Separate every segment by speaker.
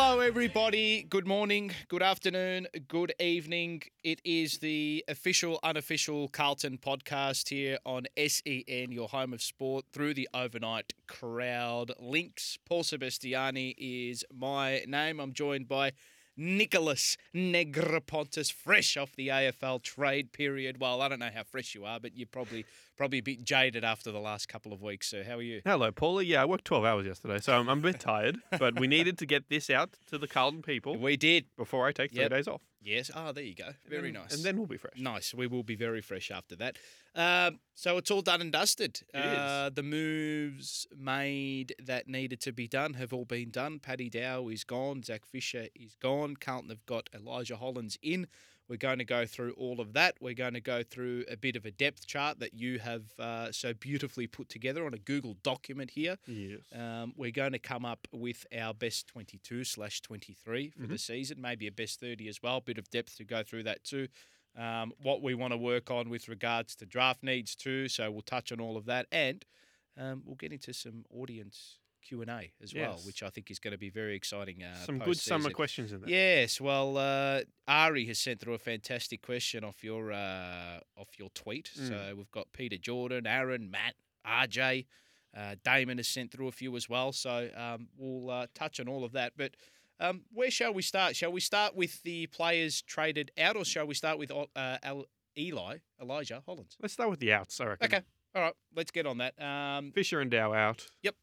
Speaker 1: everybody. Good morning, good afternoon, good evening. It is the official, unofficial Carlton podcast here on SEN, your home of sport, through the overnight crowd. Links Paul Sebastiani is my name. I'm joined by Nicholas Negropontis, fresh off the AFL trade period. Well, I don't know how fresh you are, but you're probably probably a bit jaded after the last couple of weeks. So, how are you?
Speaker 2: Hello, Paula. Yeah, I worked 12 hours yesterday, so I'm, I'm a bit tired, but we needed to get this out to the Carlton people
Speaker 1: We did.
Speaker 2: before I take three
Speaker 1: Yep.
Speaker 2: days off.
Speaker 1: Yes. Ah, there you go. Very
Speaker 2: And-
Speaker 1: nice.
Speaker 2: And then we'll be fresh.
Speaker 1: Nice. We will be very fresh after that. Um, so it's all done and dusted.
Speaker 2: It is.
Speaker 1: uh, The moves made that needed to be done have all been done. Paddy Dow is gone. Zach Fisher is gone. Carlton have got Elijah Hollins in. We're going to go through all of that. We're going to go through a bit of a depth chart that you have uh, so beautifully put together on a Google document here.
Speaker 2: Yes.
Speaker 1: Um, we're going to come up with our best 22 slash 23 for
Speaker 2: Mm-hmm.
Speaker 1: the season, maybe a best 30 as well. Bit of depth to go through that too. Um, what we want to work on with regards to draft needs too. So we'll touch on all of that, and um, we'll get into some audience Q and A as well,
Speaker 2: Yes.
Speaker 1: which I think is going to be very exciting. Uh,
Speaker 2: Some good summer
Speaker 1: post-season.
Speaker 2: questions in there.
Speaker 1: Yes, well, uh, Ari has sent through a fantastic question off your uh, off your tweet. So we've got Peter Jordan, Aaron, Matt, RJ, uh, Damon has sent through a few as well. So um, we'll uh, touch on all of that. But um, where shall we start? Shall we start with the players traded out, or shall we start with uh, Al- Eli Elijah Hollins?
Speaker 2: Let's start with the outs, I reckon.
Speaker 1: Okay, all right, let's get on that. Um,
Speaker 2: Fisher and Dow out.
Speaker 1: Yep.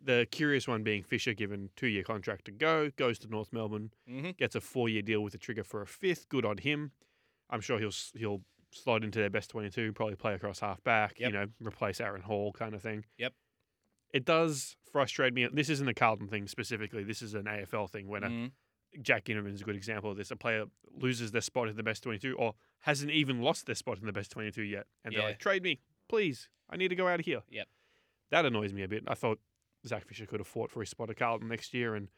Speaker 2: The curious one being Fisher, given two year contract to go, goes to North Melbourne,
Speaker 1: Mhm.
Speaker 2: gets a four year deal with a trigger for a fifth. Good on him. I'm sure he'll s- he'll slide into their best 22, probably play across half back,
Speaker 1: Yep.
Speaker 2: you know, replace Aaron Hall kind of thing.
Speaker 1: Yep.
Speaker 2: It does frustrate me. This isn't a Carlton thing specifically. This is an AFL thing when a
Speaker 1: mhm.
Speaker 2: Jack Inman is a good example of this. A player loses their spot in the best 22 or hasn't even lost their spot in the best 22 yet. And
Speaker 1: Yeah.
Speaker 2: they're like, trade me, please. I need to go out of here.
Speaker 1: Yep.
Speaker 2: That annoys me a bit. I thought Zach Fisher could have fought for his spot at Carlton next year and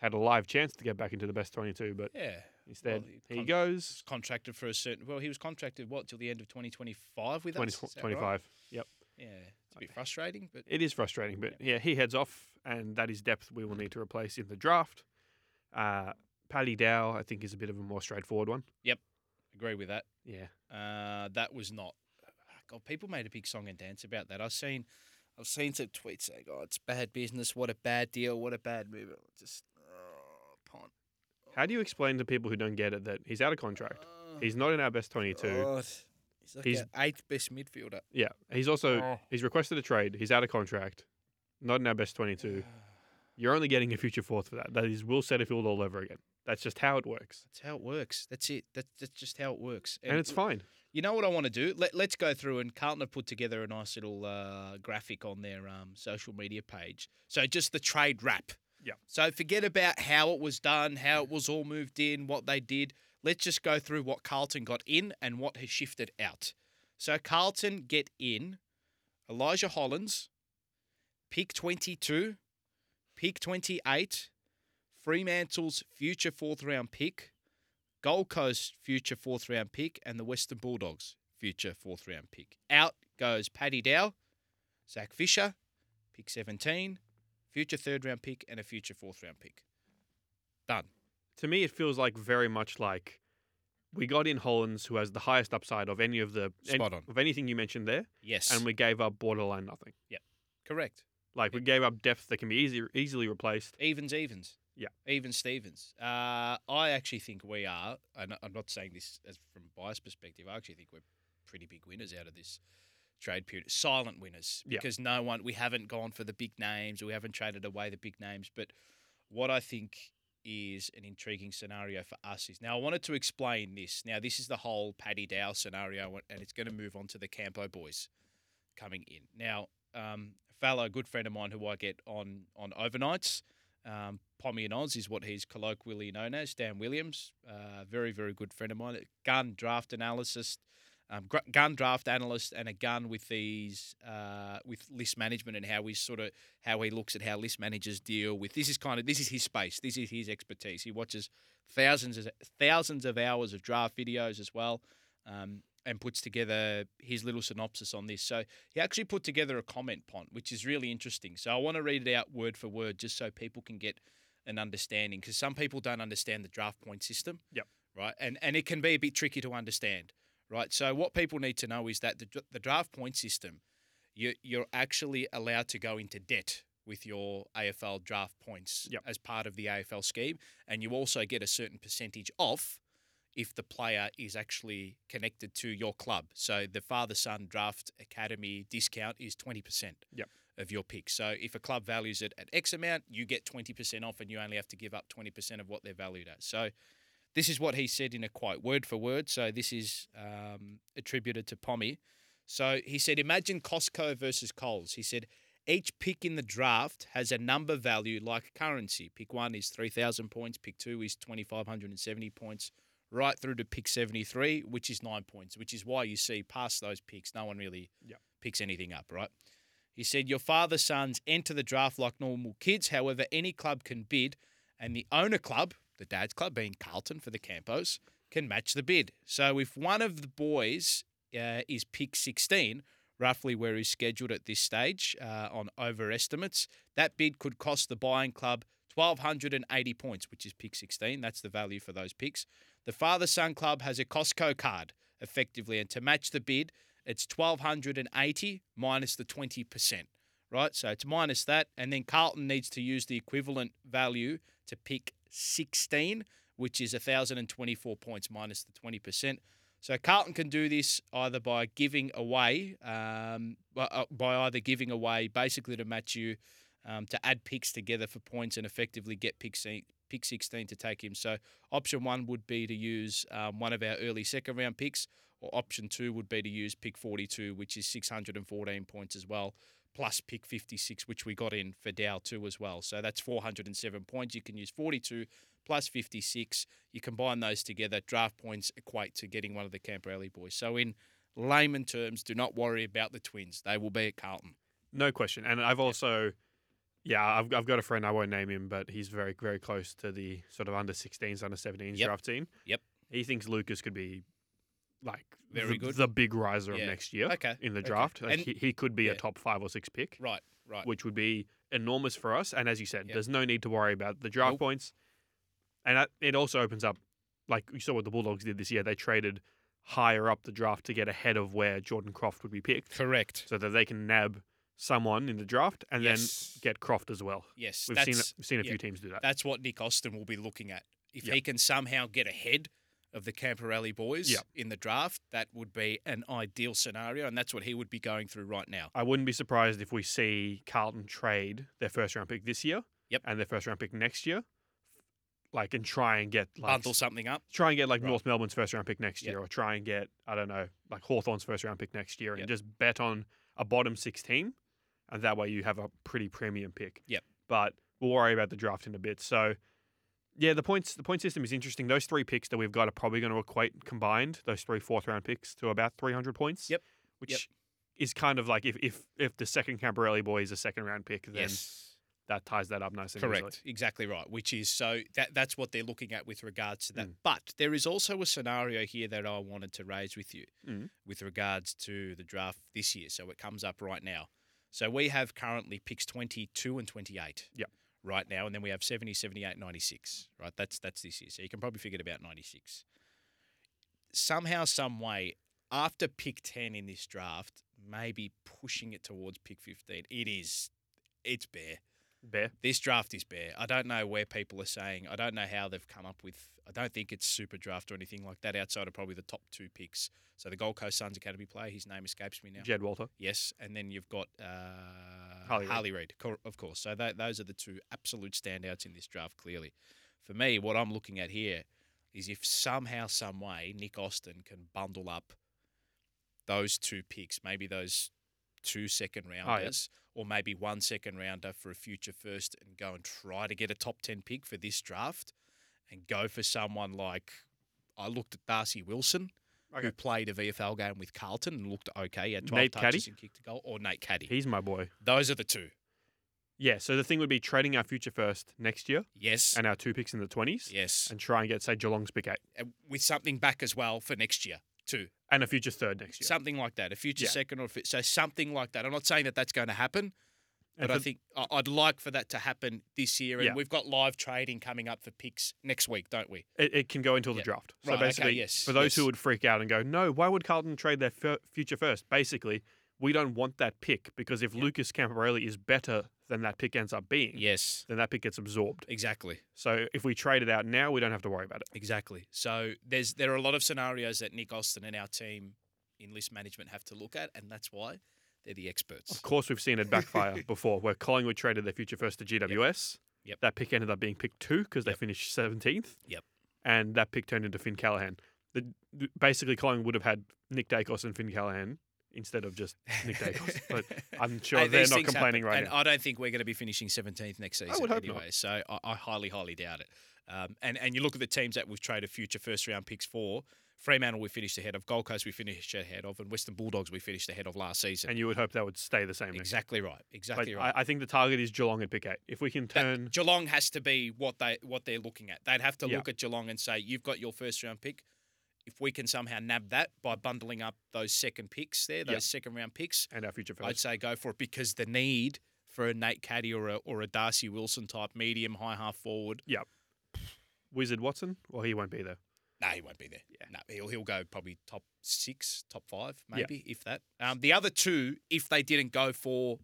Speaker 2: had a live chance to get back into the best 22, but
Speaker 1: Yeah.
Speaker 2: instead
Speaker 1: he
Speaker 2: he
Speaker 1: con-
Speaker 2: goes
Speaker 1: Contracted for a certain. Well, he was contracted what till the end of 2025 with
Speaker 2: 20,
Speaker 1: us. Is that right?
Speaker 2: 25. Yep.
Speaker 1: Yeah, it's a bit frustrating, but
Speaker 2: It is frustrating, but yeah, he heads off, and that is depth we will need to replace in the draft. Uh, Paddy Dow, I think, is a bit of a more straightforward one.
Speaker 1: agree with that.
Speaker 2: Yeah.
Speaker 1: Uh, that was not. God, people made a big song and dance about that. I've seen, I've seen some tweets saying, "Oh, it's bad business. What a bad deal. What a bad move." Just oh, punt.
Speaker 2: How do you explain to people who don't get it that he's out of contract?
Speaker 1: Oh,
Speaker 2: He's not in our best 22.
Speaker 1: God. He's like
Speaker 2: He's-
Speaker 1: our eighth best midfielder.
Speaker 2: Yeah. He's also
Speaker 1: Oh.
Speaker 2: he's requested a trade. He's out of contract. Not in our best 22. You're only getting a future fourth for that. That is Will Setterfield all over again. That's just how it works.
Speaker 1: That's how it works. That's it. That, that's just how it works.
Speaker 2: And it's fine.
Speaker 1: You know what I want to do? Let, let's go through and Carlton have put together a nice little uh, graphic on their um, social media page. So just the trade wrap.
Speaker 2: Yeah.
Speaker 1: So forget about how it was done, how it was all moved in, what they did. Let's just go through what Carlton got in and what has shifted out. So Carlton get in Elijah Hollins, pick 22, pick 28, Fremantle's future fourth round pick, Gold Coast future fourth round pick, and the Western Bulldogs future fourth round pick. Out goes Paddy Dow, Zach Fisher, pick 17, future third round pick, and a future fourth round pick. Done.
Speaker 2: To me, it feels like very much like we got in Hollins, who has the highest upside of any of the any-
Speaker 1: Spot on.
Speaker 2: of anything you mentioned there,
Speaker 1: Yes.
Speaker 2: and we gave up borderline nothing.
Speaker 1: Correct.
Speaker 2: Like we gave up depth that can be easy, easily replaced.
Speaker 1: Evens, evens.
Speaker 2: Yeah.
Speaker 1: Even Stevens. Uh, I actually think we are, and I'm not saying this as from a bias perspective, I actually think we're pretty big winners out of this trade period. Silent winners.
Speaker 2: Yeah.
Speaker 1: Because no one, we haven't gone for the big names, we haven't traded away the big names. But what I think is an intriguing scenario for us is now I wanted to explain this. Now, this is the whole Paddy Dow scenario, and it's going to move on to the Campo boys coming in. Now, um, a fellow good friend of mine who I get on on overnights, um, Pommy and Oz is what he's colloquially known as, Dan Williams, uh, very very good friend of mine, a gun draft analysis. Um, gr- gun draft analyst and a gun with these uh, with list management and how he sort of how he looks at how list managers deal with this is kind of this is his space this is his expertise he watches thousands of thousands of hours of draft videos as well um, and puts together his little synopsis on this so he actually put together a comment pont, which is really interesting. So I want to read it out word for word just so people can get and understanding because some people don't understand the draft point system.
Speaker 2: Yep.
Speaker 1: Right. And and it can be a bit tricky to understand. Right. So what people need to know is that the dr- the draft point system, you you're actually allowed to go into debt with your AFL draft points
Speaker 2: Yep.
Speaker 1: as part of the AFL scheme, and you also get a certain percentage off if the player is actually connected to your club. So the father son draft academy discount is 20%
Speaker 2: Yep.
Speaker 1: of your pick. So if a club values it at X amount, you get 20% off and you only have to give up 20% of what they're valued at. So this is what he said in a quote, word for word. So this is um, attributed to Pommy. So he said, Imagine Costco versus Coles. He said, each pick in the draft has a number value like currency. Pick one is 3,000 points, pick two is 2,570 points, right through to pick 73, which is nine points, which is why you see past those picks, no one really
Speaker 2: Yep.
Speaker 1: picks anything up, right? He said, Your father sons enter the draft like normal kids. However, any club can bid, and the owner club, the dad's club being Carlton for the Campos, can match the bid. So if one of the boys uh, is pick 16, roughly where he's scheduled at this stage uh, on overestimates, that bid could cost the buying club 1,280 points, which is pick 16. That's the value for those picks. The father son club has a Costco card effectively, and to match the bid, it's 1,280 minus the 20%, right? So it's minus that. And then Carlton needs to use the equivalent value to pick 16, which is 1,024 points minus the 20%. So Carlton can do this either by giving away, um, by, uh, by either giving away basically to match you um, to add picks together for points and effectively get pick, se- pick 16 to take him. So option one would be to use um, one of our early second round picks, or option two would be to use pick 42, which is 614 points as well, plus pick 56, which we got in for Dow too as well. So that's 407 points. You can use 42 plus 56. You combine those together, draft points equate to getting one of the Camperelli boys. So in layman terms, do not worry about the Twins. They will be at Carlton.
Speaker 2: No question. And I've also, yeah, I've, I've got a friend, I won't name him, but he's very, very close to the sort of under 16s, under 17s
Speaker 1: Yep.
Speaker 2: draft team.
Speaker 1: Yep.
Speaker 2: He thinks Lucas could be like
Speaker 1: Very
Speaker 2: the,
Speaker 1: good.
Speaker 2: the big riser
Speaker 1: Yeah.
Speaker 2: of next year
Speaker 1: Okay,
Speaker 2: in the
Speaker 1: okay.
Speaker 2: draft. Like
Speaker 1: And-
Speaker 2: he, he could be a
Speaker 1: yeah.
Speaker 2: top five or six pick,
Speaker 1: Right, right.
Speaker 2: which would be enormous for us. And as you said,
Speaker 1: Yep.
Speaker 2: there's no need to worry about the draft
Speaker 1: Nope.
Speaker 2: points. And that, it also opens up, like you saw what the Bulldogs did this year. They traded higher up the draft to get ahead of where Jordan Croft would be picked
Speaker 1: Correct.
Speaker 2: so that they can nab someone in the draft and
Speaker 1: Yes.
Speaker 2: then get Croft as well.
Speaker 1: Yes,
Speaker 2: We've
Speaker 1: that's
Speaker 2: seen we've seen a
Speaker 1: yeah.
Speaker 2: few teams do that.
Speaker 1: that's what Nick Austin will be looking at. If
Speaker 2: Yeah.
Speaker 1: he can somehow get ahead of the Camperelli boys
Speaker 2: Yeah.
Speaker 1: in the draft, that would be an ideal scenario, and that's what he would be going through right now.
Speaker 2: I wouldn't be surprised if we see Carlton trade their first round pick this year,
Speaker 1: Yep.
Speaker 2: and their first round pick next year, like and try and get like
Speaker 1: Bundle something up.
Speaker 2: try and get like
Speaker 1: Right.
Speaker 2: North Melbourne's first round pick next
Speaker 1: Yep.
Speaker 2: year, or try and get I don't know like Hawthorn's first round pick next year, and
Speaker 1: Yep.
Speaker 2: just bet on a bottom six team, and that way you have a pretty premium pick.
Speaker 1: Yep.
Speaker 2: But we'll worry about the draft in a bit. So, yeah, the points the point system is interesting. Those three picks that we've got are probably going to equate combined those three fourth round picks to about three hundred points.
Speaker 1: Yep.
Speaker 2: Which.
Speaker 1: Yep.
Speaker 2: Is kind of like if, if if the second Camperelli boy is a second round pick, then
Speaker 1: yes.
Speaker 2: that ties that up nicely. and easily.
Speaker 1: Correct. Exactly right. Which is so that that's what they're looking at with regards to
Speaker 2: Mm.
Speaker 1: that. But there is also a scenario here that I wanted to raise with you
Speaker 2: Mm.
Speaker 1: with regards to the draft this year. So it comes up right now. So we have currently picks 22 and 28.
Speaker 2: Yep.
Speaker 1: Right now and then we have 70, 78, 96. Right? That's that's this year. So you can probably figure it about 96. Somehow some way after pick 10 in this draft, maybe pushing it towards pick 15. It is it's bare
Speaker 2: Bear.
Speaker 1: this draft is bare. I don't know where people are saying. I don't know how they've come up with. I don't think it's super draft or anything like that outside of probably the top two picks. So the Gold Coast Suns Academy player, his name escapes me now.
Speaker 2: Jed Walter.
Speaker 1: Yes, and then you've got uh,
Speaker 2: Harley
Speaker 1: Harley,
Speaker 2: Reid.
Speaker 1: Reid, cor- of course. So tho- those are the two absolute standouts in this draft. Clearly, for me, what I'm looking at here is if somehow, some way, Nick Austin can bundle up those two picks, maybe those two second rounders, or maybe one second rounder for a future first, and go and try to get a top ten pick for this draft, and go for someone like I looked at Darcy Wilson who
Speaker 2: Okay.
Speaker 1: played a VFL game with Carlton and looked okay. He had 12
Speaker 2: Hmm. Nate
Speaker 1: touches
Speaker 2: Caddy?
Speaker 1: and kicked a goal. Or Nate Caddy.
Speaker 2: He's my boy.
Speaker 1: Those are the two.
Speaker 2: Yeah, so the thing would be trading our future first next year
Speaker 1: Yes.
Speaker 2: and our two picks in the 20s
Speaker 1: yes.
Speaker 2: and try and get, say, Geelong's pick eight
Speaker 1: And with something back as well for next year, too.
Speaker 2: and a future third next year.
Speaker 1: Something like that. A future
Speaker 2: Yeah.
Speaker 1: second or a fi- so something like that. I'm not saying that that's going to happen, But
Speaker 2: And
Speaker 1: I
Speaker 2: for-
Speaker 1: think I- I'd like for that to happen this year. And
Speaker 2: Yeah.
Speaker 1: we've got live trading coming up for picks next week, don't we?
Speaker 2: it, it can go until the
Speaker 1: Yeah.
Speaker 2: draft. So
Speaker 1: Right, okay,
Speaker 2: basically,
Speaker 1: yes,
Speaker 2: for those who
Speaker 1: yes.
Speaker 2: would freak out and go, no, why would Carlton trade their f- future first? Basically, we don't want that pick because if
Speaker 1: Yeah.
Speaker 2: Lucas Camparelli is better than that pick ends up being,
Speaker 1: Yes.
Speaker 2: then that pick gets absorbed.
Speaker 1: Exactly.
Speaker 2: So if we trade it out now, we don't have to worry about it.
Speaker 1: Exactly. So there's there are a lot of scenarios that Nick Austin and our team in list management have to look at, and that's why they're the experts.
Speaker 2: Of course, we've seen it backfire before where Collingwood traded their future first to GWS.
Speaker 1: Yep.
Speaker 2: That pick ended up being pick two because they
Speaker 1: Yep.
Speaker 2: finished 17th.
Speaker 1: Yep.
Speaker 2: And that pick turned into Finn Callahan. The, the- basically, Collingwood would have had Nick Dacos and Finn Callahan instead of just Nick Dacos. but I'm sure
Speaker 1: Hey,
Speaker 2: they're
Speaker 1: these
Speaker 2: not
Speaker 1: things
Speaker 2: complaining
Speaker 1: happen,
Speaker 2: right
Speaker 1: and
Speaker 2: now.
Speaker 1: I don't think we're going to be finishing 17th next season
Speaker 2: would hope not.
Speaker 1: anyway. So I, I highly, highly doubt it. Um, and and you look at the teams that we've traded future first round picks for. Fremantle we finished ahead of, Gold Coast we finished ahead of, and Western Bulldogs we finished ahead of last season.
Speaker 2: and you would hope that would stay the same. next-
Speaker 1: exactly right.
Speaker 2: But
Speaker 1: Exactly right.
Speaker 2: I, I think the target is Geelong at pick eight. If we can
Speaker 1: That-
Speaker 2: turn.
Speaker 1: Geelong has to be what they what they're looking at. They'd have to
Speaker 2: Yeah.
Speaker 1: look at Geelong and say, "You've got your first round pick. If we can somehow nab that by bundling up those second picks there, those
Speaker 2: Yeah.
Speaker 1: second round picks,
Speaker 2: and our future
Speaker 1: I'd
Speaker 2: first.
Speaker 1: say go for it because the need for a Nate Caddy or a, or a Darcy Wilson type medium high half forward,
Speaker 2: Wizard Watson? Well, he won't be there.
Speaker 1: no, he won't be there.
Speaker 2: Yeah.
Speaker 1: No, he'll he'll go probably top six, top five, maybe if that. Um, the other two, if they didn't go for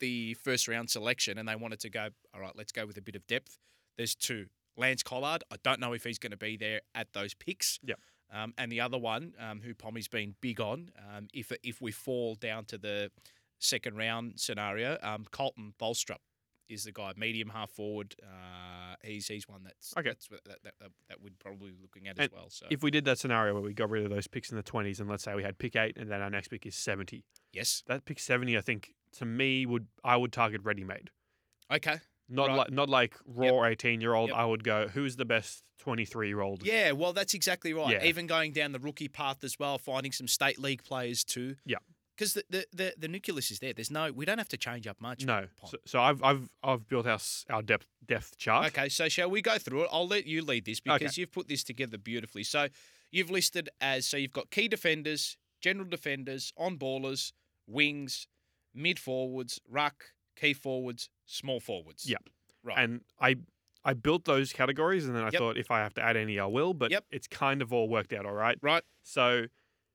Speaker 1: the first round selection and they wanted to go, all right, let's go with a bit of depth. There's two. Lance Collard, I don't know if he's going to be there at those picks.
Speaker 2: Yep.
Speaker 1: Um, and the other one, um, who Pommy's been big on, um, if if we fall down to the second round scenario, um, Colton Bolstrup is the guy, medium half forward. Uh, he's he's one that's
Speaker 2: Okay.
Speaker 1: that's, that, that, that, that we'd probably be looking at
Speaker 2: And
Speaker 1: as well. So
Speaker 2: If we did that scenario where we got rid of those picks in the 20s and let's say we had pick eight and then our next pick is 70,
Speaker 1: yes,
Speaker 2: that pick 70 i think to me would i would target ready made
Speaker 1: okay,
Speaker 2: not
Speaker 1: Right.
Speaker 2: like not like raw 18 year old
Speaker 1: Yep.
Speaker 2: i would go who's the best 23 year old
Speaker 1: yeah. Well, that's exactly right.
Speaker 2: Yeah.
Speaker 1: Even going down the rookie path as well, finding some state league players too.
Speaker 2: Yeah.
Speaker 1: because the, the the the nucleus is there. There's no, we don't have to change up much.
Speaker 2: no
Speaker 1: Pon.
Speaker 2: so, so i've i've i've built our s- our depth depth chart
Speaker 1: Okay, so shall we go through it? I'll let you lead this
Speaker 2: Okay.
Speaker 1: because you've put this together beautifully. So you've listed as so you've got key defenders, general defenders, on ballers, wings, mid forwards, ruck, key forwards, small forwards.
Speaker 2: Yeah.
Speaker 1: Right.
Speaker 2: and i i built those categories and then i
Speaker 1: Yep.
Speaker 2: thought if i have to add any i will but
Speaker 1: Yep.
Speaker 2: it's kind of all worked out all right
Speaker 1: right.
Speaker 2: so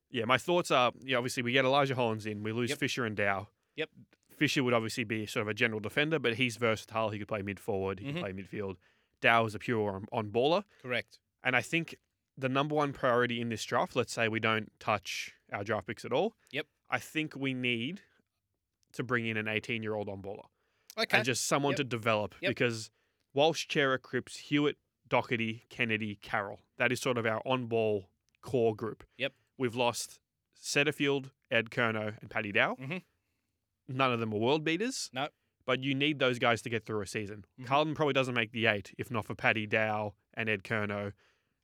Speaker 2: yeah my thoughts are yeah obviously we get elijah hollins in we lose
Speaker 1: Yep.
Speaker 2: fisher and dow
Speaker 1: Yep.
Speaker 2: Fisher would obviously be sort of a general defender, but he's versatile. He could play mid forward. He
Speaker 1: Mhm.
Speaker 2: could play midfield. Dow is a pure on, on baller.
Speaker 1: Correct.
Speaker 2: And I think the number one priority in this draft, let's say we don't touch our draft picks at all.
Speaker 1: Yep.
Speaker 2: I think we need to bring in an 18 year old on baller
Speaker 1: Okay.
Speaker 2: and just someone
Speaker 1: Yep.
Speaker 2: to develop
Speaker 1: Yep.
Speaker 2: because Walsh, Chera, Cripps, Hewitt, Doherty, Kennedy, Carroll, that is sort of our on ball core group.
Speaker 1: Yep.
Speaker 2: We've lost Setterfield, Ed Kerno, and Paddy Dow.
Speaker 1: Mhm.
Speaker 2: None of them are world beaters.
Speaker 1: No.
Speaker 2: But you need those guys to get through a season.
Speaker 1: Mhm.
Speaker 2: Carlton probably doesn't make the eight if not for Paddy Dow and Ed Kerno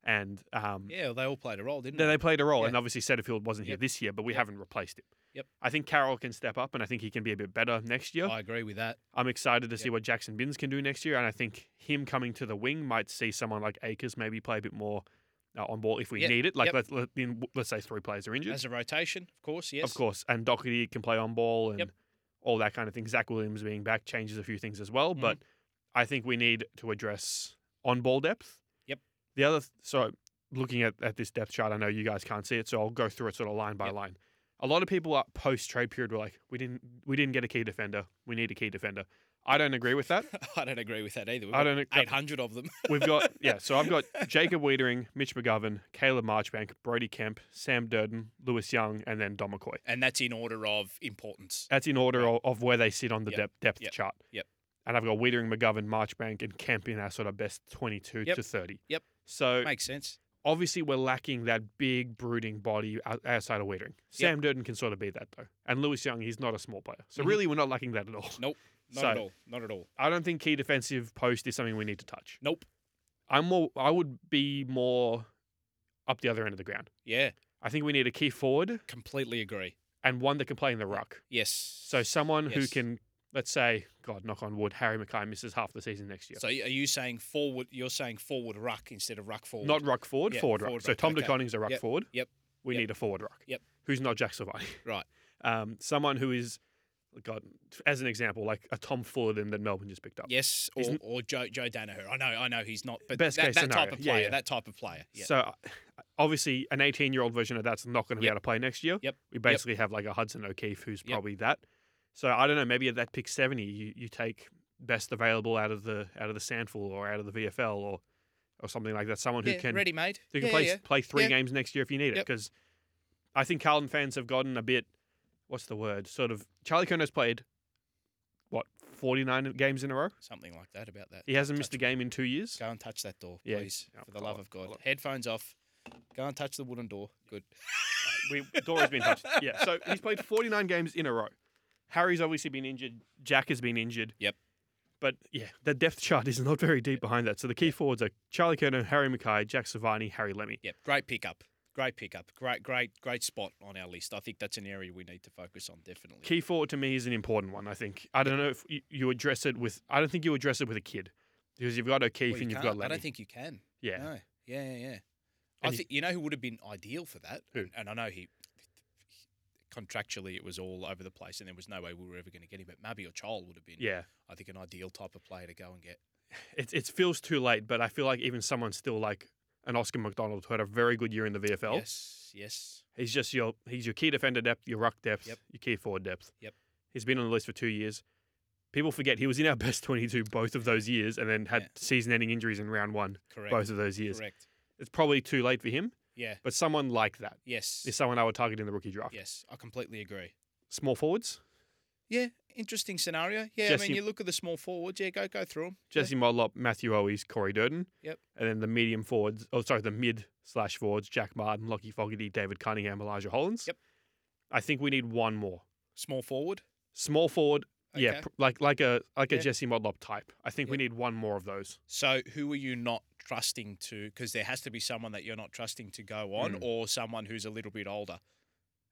Speaker 2: and um,
Speaker 1: yeah, well, they all played a role, didn't
Speaker 2: no, they played a role,
Speaker 1: Yeah.
Speaker 2: and obviously Setterfield wasn't here
Speaker 1: Yep.
Speaker 2: this year, but we
Speaker 1: Yep.
Speaker 2: haven't replaced him.
Speaker 1: Yep.
Speaker 2: I think Carroll can step up, and I think he can be a bit better next year.
Speaker 1: I agree with that.
Speaker 2: I'm excited to see
Speaker 1: Yep.
Speaker 2: what Jackson Binns can do next year, and I think him coming to the wing might see someone like Akers maybe play a bit more uh, on ball if we
Speaker 1: Yep.
Speaker 2: need it. Like
Speaker 1: Yep.
Speaker 2: let's let, in, let's say three players are injured,
Speaker 1: As a rotation, of course, yes.
Speaker 2: of course, and Doherty can play on ball and
Speaker 1: Yep.
Speaker 2: all that kind of thing. Zach Williams being back changes a few things as well,
Speaker 1: Mhm.
Speaker 2: but I think we need to address on ball depth.
Speaker 1: Yep.
Speaker 2: The other th- so looking at, at this depth chart, I know you guys can't see it, so I'll go through it sort of line by
Speaker 1: Yep.
Speaker 2: line. A lot of people at post trade period were like, we didn't we didn't get a key defender. We need a key defender. I don't agree with that.
Speaker 1: I don't agree with that either. We've
Speaker 2: I
Speaker 1: got
Speaker 2: don't. ag-
Speaker 1: 800 of them.
Speaker 2: We've got yeah. So I've got Jacob Wiedering, Mitch McGovern, Caleb Marchbank, Brody Kemp, Sam Durden, Lewis Young, and then Dom McCoy.
Speaker 1: and that's in order of importance.
Speaker 2: That's in order o- of where they sit on the
Speaker 1: Yep.
Speaker 2: depth, depth
Speaker 1: Yep.
Speaker 2: chart.
Speaker 1: Yep.
Speaker 2: And I've got Wiedering, McGovern, Marchbank, and Kemp in our sort of best 22
Speaker 1: Yep.
Speaker 2: to 30.
Speaker 1: Yep.
Speaker 2: So
Speaker 1: Makes sense.
Speaker 2: obviously we're lacking that big brooding body out- outside of Wiedering. Sam Durden can sort of be that though. And Lewis Young, he's not a small player. So
Speaker 1: Mhm.
Speaker 2: really we're not lacking that at all.
Speaker 1: Nope. Not
Speaker 2: So-
Speaker 1: at all. Not at all.
Speaker 2: I don't think key defensive post is something we need to touch.
Speaker 1: Nope.
Speaker 2: I'm more I would be more up the other end of the ground.
Speaker 1: Yeah.
Speaker 2: I think we need a key forward
Speaker 1: Completely agree.
Speaker 2: and one that can play in the ruck.
Speaker 1: Yes.
Speaker 2: So someone who
Speaker 1: Yes.
Speaker 2: can, let's say, God, knock on wood, Harry Mackay misses half the season next year.
Speaker 1: So are you saying forward? You're saying forward ruck instead of ruck forward.
Speaker 2: Not ruck forward,
Speaker 1: Yeah,
Speaker 2: forward,
Speaker 1: forward
Speaker 2: ruck. So
Speaker 1: ruck,
Speaker 2: Tom
Speaker 1: okay.
Speaker 2: DeConning's a ruck
Speaker 1: Yep,
Speaker 2: forward.
Speaker 1: yep,
Speaker 2: We
Speaker 1: yep.
Speaker 2: need a forward ruck.
Speaker 1: Yep.
Speaker 2: Who's not Jack Silvani.
Speaker 1: Right.
Speaker 2: Um, someone who is God, as an example, like a Tom Fullerton that Melbourne just picked up.
Speaker 1: Yes,
Speaker 2: He's
Speaker 1: or,
Speaker 2: n-
Speaker 1: or Joe Joe Danaher. I know, I know he's not, but
Speaker 2: Best
Speaker 1: that,
Speaker 2: case
Speaker 1: that type
Speaker 2: scenario.
Speaker 1: of
Speaker 2: Yeah,
Speaker 1: player,
Speaker 2: yeah.
Speaker 1: that type of player. Yeah.
Speaker 2: So uh, obviously, an 18 year old version of that's not going to be
Speaker 1: Yep.
Speaker 2: able to play next year.
Speaker 1: Yep.
Speaker 2: We basically have like a Hudson O'Keefe who's
Speaker 1: Yep.
Speaker 2: probably that. So I don't know. Maybe at that pick 70, you, you take best available out of the out of the Sandful or out of the VFL or or something like that. Someone who
Speaker 1: yeah,
Speaker 2: can
Speaker 1: ready made.
Speaker 2: who can
Speaker 1: yeah,
Speaker 2: play
Speaker 1: yeah,
Speaker 2: play three
Speaker 1: Yeah.
Speaker 2: games next year if you need it.
Speaker 1: Yep.
Speaker 2: Because I think Carlton fans have gotten a bit. What's the word? Sort of. Charlie Cono's played what 49 games in a row.
Speaker 1: something like that. About that.
Speaker 2: He hasn't missed a
Speaker 1: Touch
Speaker 2: game in two years.
Speaker 1: Go and touch that door,
Speaker 2: Yeah,
Speaker 1: please,
Speaker 2: yeah,
Speaker 1: for the
Speaker 2: I'll-
Speaker 1: love of God.
Speaker 2: I'll-
Speaker 1: Headphones off. Go and touch the wooden door. Good.
Speaker 2: We, Dora's been touched. Yeah, so he's played 49 games in a row. Harry's obviously been injured. Jack has been injured.
Speaker 1: Yep.
Speaker 2: But yeah, the depth chart is not very deep behind that. So the key forwards are Charlie Kerno, Harry Mackay, Jack Savani, Harry Lemmy.
Speaker 1: Yeah, great pickup. Great pickup. Great, great, great spot on our list. I think that's an area we need to focus on definitely.
Speaker 2: Key forward to me is an important one, I think. I don't know if you, you address it with, I don't think you address it with a kid because you've got O'Keefe
Speaker 1: Well, you
Speaker 2: and you've
Speaker 1: can't.
Speaker 2: got Lemmy.
Speaker 1: I don't think you can.
Speaker 2: yeah.
Speaker 1: No. Yeah, yeah, yeah. I
Speaker 2: And you-
Speaker 1: think you know who would have been ideal for that,
Speaker 2: Who?
Speaker 1: and, and I know he contractually it was all over the place, and there was no way we were ever going to get him. But maybe your child would have been,
Speaker 2: Yeah.
Speaker 1: I think, an ideal type of player to go and get.
Speaker 2: It, it feels too late, but I feel like even someone still like an Oscar McDonald who had a very good year in the VFL.
Speaker 1: Yes, yes,
Speaker 2: He's just your he's your key defender depth, your ruck depth,
Speaker 1: Yep.
Speaker 2: your key forward depth.
Speaker 1: Yep.
Speaker 2: He's been on the list for two years. People forget he was in our best twenty-two both of those years, and then had
Speaker 1: Yeah.
Speaker 2: season-ending injuries in round one
Speaker 1: correct,
Speaker 2: both of those years.
Speaker 1: correct.
Speaker 2: It's probably too late for him,
Speaker 1: Yeah,
Speaker 2: but someone like that
Speaker 1: yes,
Speaker 2: is someone I would target in the rookie draft.
Speaker 1: yes. I completely agree.
Speaker 2: Small forwards,
Speaker 1: Yeah, interesting scenario. Yeah, I
Speaker 2: Jesse-
Speaker 1: mean, you look at the small forwards. Yeah, go go through them.
Speaker 2: Jesse Modlop, Matthew Owies, Corey Durden.
Speaker 1: Yep.
Speaker 2: And then the medium forwards, oh sorry, the mid slash forwards, Jack Martin, Lockie Fogarty, David Cunningham, Elijah Hollins.
Speaker 1: Yep.
Speaker 2: I think we need one more.
Speaker 1: small forward.
Speaker 2: Small forward Yeah,
Speaker 1: Okay.
Speaker 2: pr- like like a like a
Speaker 1: Yeah.
Speaker 2: Jesse Modlop type. I think we
Speaker 1: Yeah.
Speaker 2: need one more of those.
Speaker 1: So who are you not trusting to? Because there has to be someone that you're not trusting to go on,
Speaker 2: Mm.
Speaker 1: or someone who's a little bit older.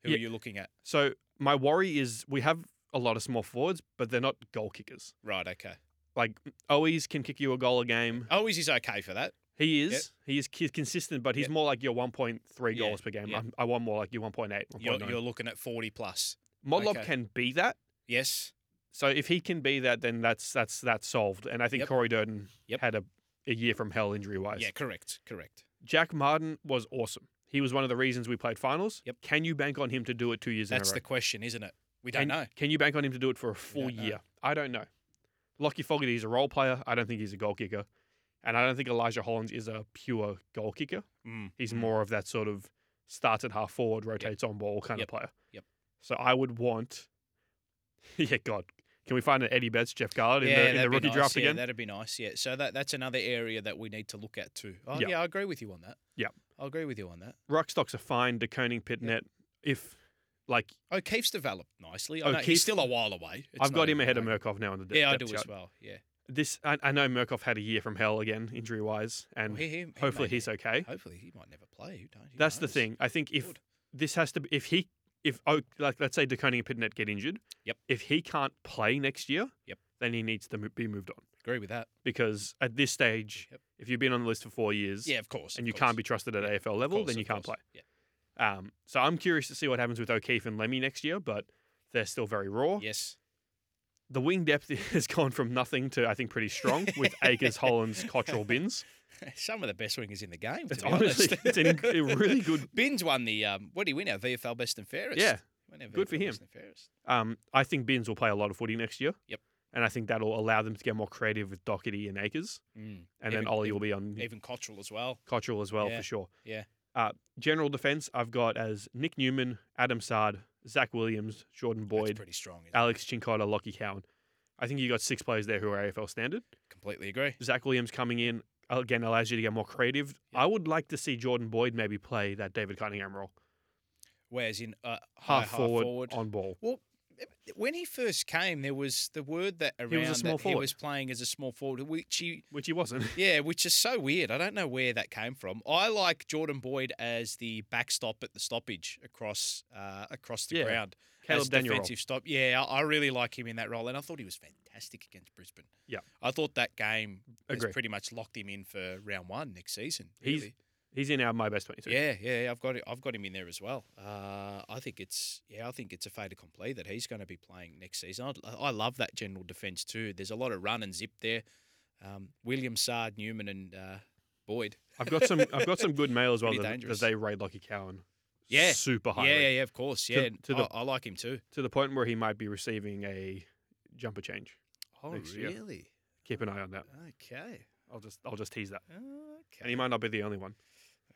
Speaker 1: Who
Speaker 2: Yeah.
Speaker 1: are you looking at?
Speaker 2: So my worry is we have a lot of small forwards, but they're not goal kickers.
Speaker 1: Right. Okay.
Speaker 2: Like Owies can kick you a goal a game.
Speaker 1: Always is okay for that.
Speaker 2: He is
Speaker 1: Oh, Yeah.
Speaker 2: he is ki- consistent, but he's
Speaker 1: Yeah.
Speaker 2: more like your 1.3
Speaker 1: Yeah,
Speaker 2: goals per game.
Speaker 1: yeah.
Speaker 2: I'm, I want more like your 1.8.
Speaker 1: You're,
Speaker 2: 1.9.
Speaker 1: you're looking at forty plus.
Speaker 2: Modlop
Speaker 1: okay.
Speaker 2: can be that.
Speaker 1: Yes.
Speaker 2: So if he can be that, then that's that's that's solved. And I think
Speaker 1: Yep.
Speaker 2: Corey Durden
Speaker 1: Yep.
Speaker 2: had a, a year from hell injury wise.
Speaker 1: Yeah. Correct. Correct.
Speaker 2: Jack Martin was awesome. He was one of the reasons we played finals.
Speaker 1: Yep.
Speaker 2: Can you bank on him to do it two years in a
Speaker 1: That's
Speaker 2: row?
Speaker 1: the question, isn't it? We don't
Speaker 2: can,
Speaker 1: know.
Speaker 2: Can you bank on him to do it for a full
Speaker 1: don't know.
Speaker 2: year? I don't know. Lockie Fogarty is a role player. I don't think he's a goal kicker. And I don't think Elijah Hollins is a pure goal kicker.
Speaker 1: Mm.
Speaker 2: He's more of that sort of starts at half forward, rotates on ball kind
Speaker 1: Yep.
Speaker 2: of player.
Speaker 1: Yep.
Speaker 2: So I would want. yeah, God. Can we find an Eddie Betts, Jeff Garland
Speaker 1: yeah,
Speaker 2: in the, in the
Speaker 1: that'd be
Speaker 2: rookie
Speaker 1: nice.
Speaker 2: draft
Speaker 1: yeah,
Speaker 2: again?
Speaker 1: That'd be nice. Yeah. So that that's another area that we need to look at too. Oh
Speaker 2: Yep.
Speaker 1: yeah, I agree with you on that.
Speaker 2: Yep.
Speaker 1: I agree with you on that.
Speaker 2: Ruck stocks are fine. DeConing, Pitnet. If, like,
Speaker 1: O'Keefe's Oh, developed nicely. I know
Speaker 2: O'Keefe's-
Speaker 1: he's still a while away. It's
Speaker 2: Oh, I've
Speaker 1: not
Speaker 2: got him
Speaker 1: even
Speaker 2: ahead of
Speaker 1: over.
Speaker 2: Murkov now in the de-
Speaker 1: Yeah, I do
Speaker 2: depth
Speaker 1: as
Speaker 2: chart.
Speaker 1: well. Yeah.
Speaker 2: This, I, I know Murkov had a year from hell again, injury wise, and
Speaker 1: Well, he- he- he
Speaker 2: hopefully
Speaker 1: may
Speaker 2: he's
Speaker 1: ne-
Speaker 2: okay.
Speaker 1: Hopefully he might never play. Who don't- who
Speaker 2: That's the
Speaker 1: knows?
Speaker 2: thing. I think if
Speaker 1: Good.
Speaker 2: this has to, be, if he, if Oak, like let's say DeConing and Pitnet get injured,
Speaker 1: Yep.
Speaker 2: If he can't play next year,
Speaker 1: Yep.
Speaker 2: Then he needs to mo- be moved on
Speaker 1: Agree with that.
Speaker 2: because at this stage,
Speaker 1: Yep.
Speaker 2: if you've been on the list for four years,
Speaker 1: Yeah, of course.
Speaker 2: and
Speaker 1: of
Speaker 2: you
Speaker 1: course.
Speaker 2: can't be trusted at
Speaker 1: Yeah,
Speaker 2: AFL
Speaker 1: Of
Speaker 2: level,
Speaker 1: course,
Speaker 2: then you
Speaker 1: of
Speaker 2: can't
Speaker 1: course.
Speaker 2: play. Um, so I'm curious to see what happens with O'Keefe and Lemmy next year, but they're still very raw.
Speaker 1: Yeah. Yes.
Speaker 2: The wing depth has gone from nothing to I think pretty strong with Akers, Hollins, Cottrell, Bins.
Speaker 1: Some of the best wingers in the game. To
Speaker 2: It's
Speaker 1: be
Speaker 2: honestly
Speaker 1: honest.
Speaker 2: it's an, inc- a really good.
Speaker 1: Binns won the. Um, what did he win? Our VFL best and fairest.
Speaker 2: Yeah,
Speaker 1: He won our
Speaker 2: good for
Speaker 1: VFL
Speaker 2: him.
Speaker 1: Best and fairest.
Speaker 2: Um, I think Bins will play a lot of footy next year.
Speaker 1: Yep.
Speaker 2: And I think that'll allow them to get more creative with Doherty and Akers.
Speaker 1: Mm.
Speaker 2: And
Speaker 1: Even-
Speaker 2: then Ollie
Speaker 1: even-
Speaker 2: will be on
Speaker 1: Even Cottrell as well.
Speaker 2: Cottrell as well
Speaker 1: Yeah,
Speaker 2: for sure.
Speaker 1: yeah.
Speaker 2: Uh, general defense, I've got as Nick Newman, Adam Sard, Zach Williams, Jordan
Speaker 1: That's
Speaker 2: Boyd,
Speaker 1: pretty strong. isn't it?
Speaker 2: Alex Chincotta, Lockie Cowan. I think you got six players there who are AFL standard.
Speaker 1: Completely agree.
Speaker 2: Zach Williams coming in uh, again allows you to get more creative.
Speaker 1: Yeah.
Speaker 2: I would like to see Jordan Boyd maybe play that David Cunningham role,
Speaker 1: Whereas in uh, high,
Speaker 2: half, forward, on ball.
Speaker 1: when he first came, there was the word that around
Speaker 2: was a small
Speaker 1: that he
Speaker 2: forward.
Speaker 1: was playing as a small forward, which he
Speaker 2: which he wasn't.
Speaker 1: Yeah, which is so weird. I don't know where that came from. I like Jordan Boyd as the backstop at the stoppage across uh, across the
Speaker 2: Yeah,
Speaker 1: ground. as
Speaker 2: Caleb Daniel.
Speaker 1: defensive stop. Yeah, I I really like him in that role, and I thought he was fantastic against Brisbane.
Speaker 2: Yeah.
Speaker 1: I thought that game has
Speaker 2: Agree.
Speaker 1: pretty much locked him in for round one next season.
Speaker 2: He's-
Speaker 1: really.
Speaker 2: He's in our my best twenty-two.
Speaker 1: Yeah, yeah, I've got it. I've got him in there as well. Uh, I think it's yeah, I think it's a fait accompli that he's going to be playing next season. I, I love that general defence too. There's a lot of run and zip there. Um, William Sard, Newman, and uh, Boyd.
Speaker 2: I've got some. I've got some good mail as well.
Speaker 1: Pretty
Speaker 2: That, that
Speaker 1: dangerous.
Speaker 2: they rate Lockie Cowan.
Speaker 1: Yeah.
Speaker 2: super highly
Speaker 1: Yeah, yeah, yeah, of course.
Speaker 2: To-
Speaker 1: Yeah, and
Speaker 2: to the-
Speaker 1: I, I like him too.
Speaker 2: to the point where he might be receiving a jumper change.
Speaker 1: Oh,
Speaker 2: Next year.
Speaker 1: really?
Speaker 2: Keep an eye on that.
Speaker 1: Okay.
Speaker 2: I'll just I'll just tease that.
Speaker 1: Okay.
Speaker 2: And he might not be the only one.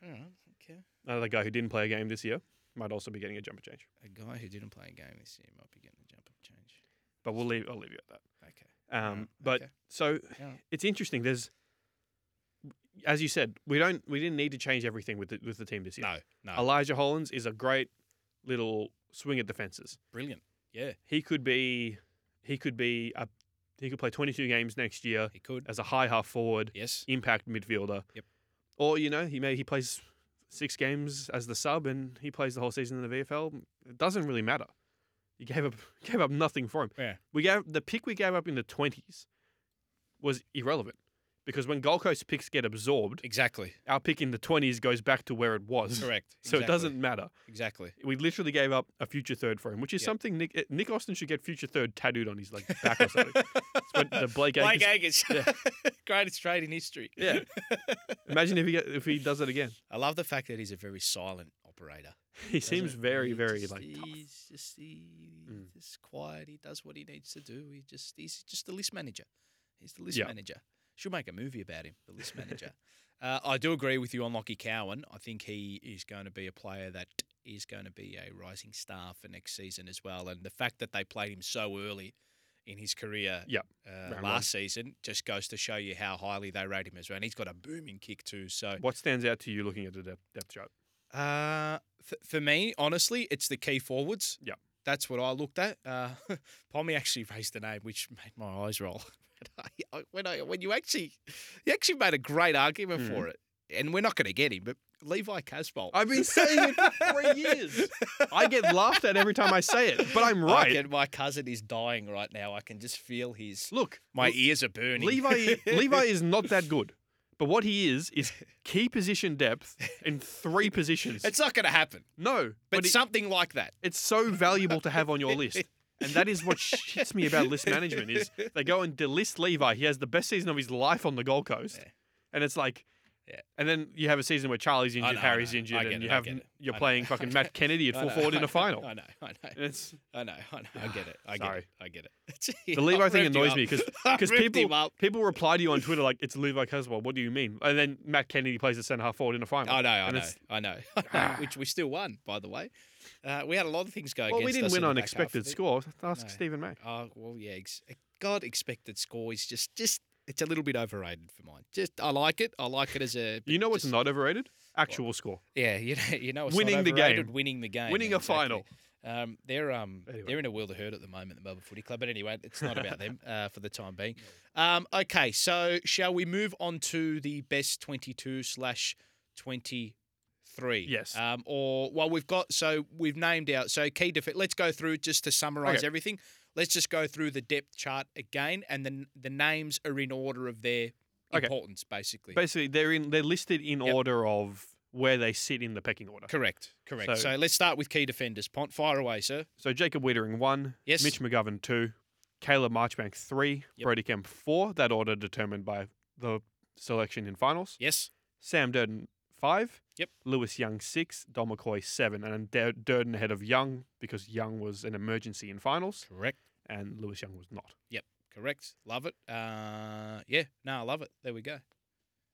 Speaker 1: All right. Okay.
Speaker 2: Another guy who didn't play a game this year might also be getting a jumper change.
Speaker 1: A guy who didn't play a game this year might be getting a jump up change.
Speaker 2: But we'll leave I'll leave you at that.
Speaker 1: Okay.
Speaker 2: Um,
Speaker 1: Alright,
Speaker 2: But
Speaker 1: okay.
Speaker 2: so
Speaker 1: Alright.
Speaker 2: it's interesting. There's as you said, we don't we didn't need to change everything with the, with the team this year.
Speaker 1: No, no.
Speaker 2: Elijah Hollins is a great little swing at the fences.
Speaker 1: Brilliant. Yeah,
Speaker 2: He could be he could be a he could play 22 games next year
Speaker 1: he could.
Speaker 2: as a high half forward.
Speaker 1: Yes.
Speaker 2: impact midfielder.
Speaker 1: Yep.
Speaker 2: Or you know he may he plays six games as the sub and he plays the whole season in the VFL. It doesn't really matter. You gave up gave up nothing for him.
Speaker 1: Yeah.
Speaker 2: We gave the pick we gave up in the twenties was irrelevant because when Gold Coast picks get absorbed,
Speaker 1: Exactly.
Speaker 2: our pick in the twenties goes back to where it was.
Speaker 1: Correct.
Speaker 2: So
Speaker 1: exactly.
Speaker 2: it doesn't matter.
Speaker 1: Exactly.
Speaker 2: We literally gave up a future third for him, which is
Speaker 1: Yep.
Speaker 2: something Nick eh, Nick Austin should get future third tattooed on his like back or something. It's what the Blake
Speaker 1: Blake
Speaker 2: Acres-
Speaker 1: Agus. Greatest trade in history.
Speaker 2: Yeah. Imagine if he get, if he does it again.
Speaker 1: I love the fact that he's a very silent operator.
Speaker 2: He seems
Speaker 1: Doesn't-
Speaker 2: very,
Speaker 1: he
Speaker 2: very
Speaker 1: just-
Speaker 2: like tough.
Speaker 1: He's just he,
Speaker 2: Mm.
Speaker 1: just quiet. He does what he needs to do. He just he's just the list manager. He's the list
Speaker 2: Yeah.
Speaker 1: manager. Should make a movie about him, the list manager. uh, I do agree with you on Lockie Cowan. I think he is going to be a player that is going to be a rising star for next season as well. And the fact that they played him so early in his career
Speaker 2: Yeah,
Speaker 1: uh,
Speaker 2: round one.
Speaker 1: last season just goes to show you how highly they rate him as well. And he's got a booming kick too. So
Speaker 2: What stands out to you looking at the depth, depth chart?
Speaker 1: uh, f- for me, honestly, it's the key forwards.
Speaker 2: Yep.
Speaker 1: That's what I looked at. Uh, Pommy actually raised the name, which made my eyes roll. When I- I- when, I, when you actually, you actually made a great argument
Speaker 2: Mhm.
Speaker 1: for it, and we're not going to get him, but Levi Casbolt.
Speaker 2: I've been saying it for three years. I get laughed at every time I say it, but I'm right.
Speaker 1: And my cousin is dying right now. I can just feel his.
Speaker 2: Look,
Speaker 1: My
Speaker 2: Le-
Speaker 1: ears are burning.
Speaker 2: Levi, Levi is not that good, but what he is is key position depth in three positions.
Speaker 1: It's not going to happen,
Speaker 2: no,
Speaker 1: but,
Speaker 2: but it-
Speaker 1: something like that.
Speaker 2: it's so valuable to have on your list. And that is what shits me about list management is they go and delist Levi. He has the best season of his life on the Gold Coast,
Speaker 1: Yeah.
Speaker 2: and it's like,
Speaker 1: Yeah.
Speaker 2: and then you have a season where Charlie's injured,
Speaker 1: know, I
Speaker 2: Harry's
Speaker 1: know.
Speaker 2: injured,
Speaker 1: I
Speaker 2: and
Speaker 1: get
Speaker 2: you
Speaker 1: it, I
Speaker 2: have
Speaker 1: get it.
Speaker 2: you're
Speaker 1: I know.
Speaker 2: playing fucking Matt Kennedy at
Speaker 1: I
Speaker 2: full
Speaker 1: know,
Speaker 2: forward
Speaker 1: I
Speaker 2: in
Speaker 1: know,
Speaker 2: the final.
Speaker 1: I know, I know,
Speaker 2: And it's
Speaker 1: I know, I know. I get it. I get
Speaker 2: Sorry.
Speaker 1: it. I get it. Gee,
Speaker 2: the Levi
Speaker 1: I've
Speaker 2: thing
Speaker 1: revved you
Speaker 2: annoys
Speaker 1: up.
Speaker 2: me because
Speaker 1: I've
Speaker 2: because
Speaker 1: revved him
Speaker 2: people
Speaker 1: up.
Speaker 2: people reply to you on Twitter like it's Levi Caswell. What do you mean? And then Matt Kennedy plays the centre half forward in the final.
Speaker 1: I know, I
Speaker 2: And
Speaker 1: know,
Speaker 2: it's-
Speaker 1: I know, I know. Which we still won, by the way. Uh, we had a lot of things go
Speaker 2: well,
Speaker 1: against
Speaker 2: we didn't
Speaker 1: us in
Speaker 2: win
Speaker 1: the
Speaker 2: on
Speaker 1: back half of
Speaker 2: expected
Speaker 1: it.
Speaker 2: score. Ask
Speaker 1: No.
Speaker 2: Stephen May.
Speaker 1: Oh well, yeah. Ex- God, expected score is just just it's a little bit overrated for mine. Just I like it. I like it as a.
Speaker 2: You know what's
Speaker 1: just-
Speaker 2: not overrated? Actual score.
Speaker 1: Yeah, you know, you know, it's not
Speaker 2: Winning the
Speaker 1: overrated,
Speaker 2: game.
Speaker 1: winning the game,
Speaker 2: Winning
Speaker 1: yeah,
Speaker 2: a final.
Speaker 1: exactly. Um, they're um,
Speaker 2: Anyway.
Speaker 1: they're in a world of hurt at the moment, the Melbourne Footy Club. But anyway, it's not about them uh, for the time being. Um, okay, so shall we move on to the best twenty-two slash twenty-three?
Speaker 2: Yes.
Speaker 1: Um, or well, we've got so we've named out so key defense. Let's go through just to summarize
Speaker 2: Okay.
Speaker 1: everything. Let's just go through the depth chart again, and then the names are in order of their
Speaker 2: Okay.
Speaker 1: importance, basically.
Speaker 2: Basically, they're in they're listed in
Speaker 1: Yep.
Speaker 2: order of where they sit in the pecking order.
Speaker 1: Correct, correct.
Speaker 2: So-
Speaker 1: So, let's start with key defenders. Pont, fire away, sir.
Speaker 2: So Jacob Wiedering one,
Speaker 1: Yes.
Speaker 2: Mitch McGovern two, Caleb Marchbank three,
Speaker 1: Yep.
Speaker 2: Brody Kemp four. That order determined by the selection in finals.
Speaker 1: Yes.
Speaker 2: Sam Durden five.
Speaker 1: Yep.
Speaker 2: Lewis Young six. Dom McCoy seven, and Dur- Durden ahead of Young because Young was an emergency in finals,
Speaker 1: Correct.
Speaker 2: and Lewis Young was not.
Speaker 1: Correct. Love it. Uh, yeah. No, I love it. There we go.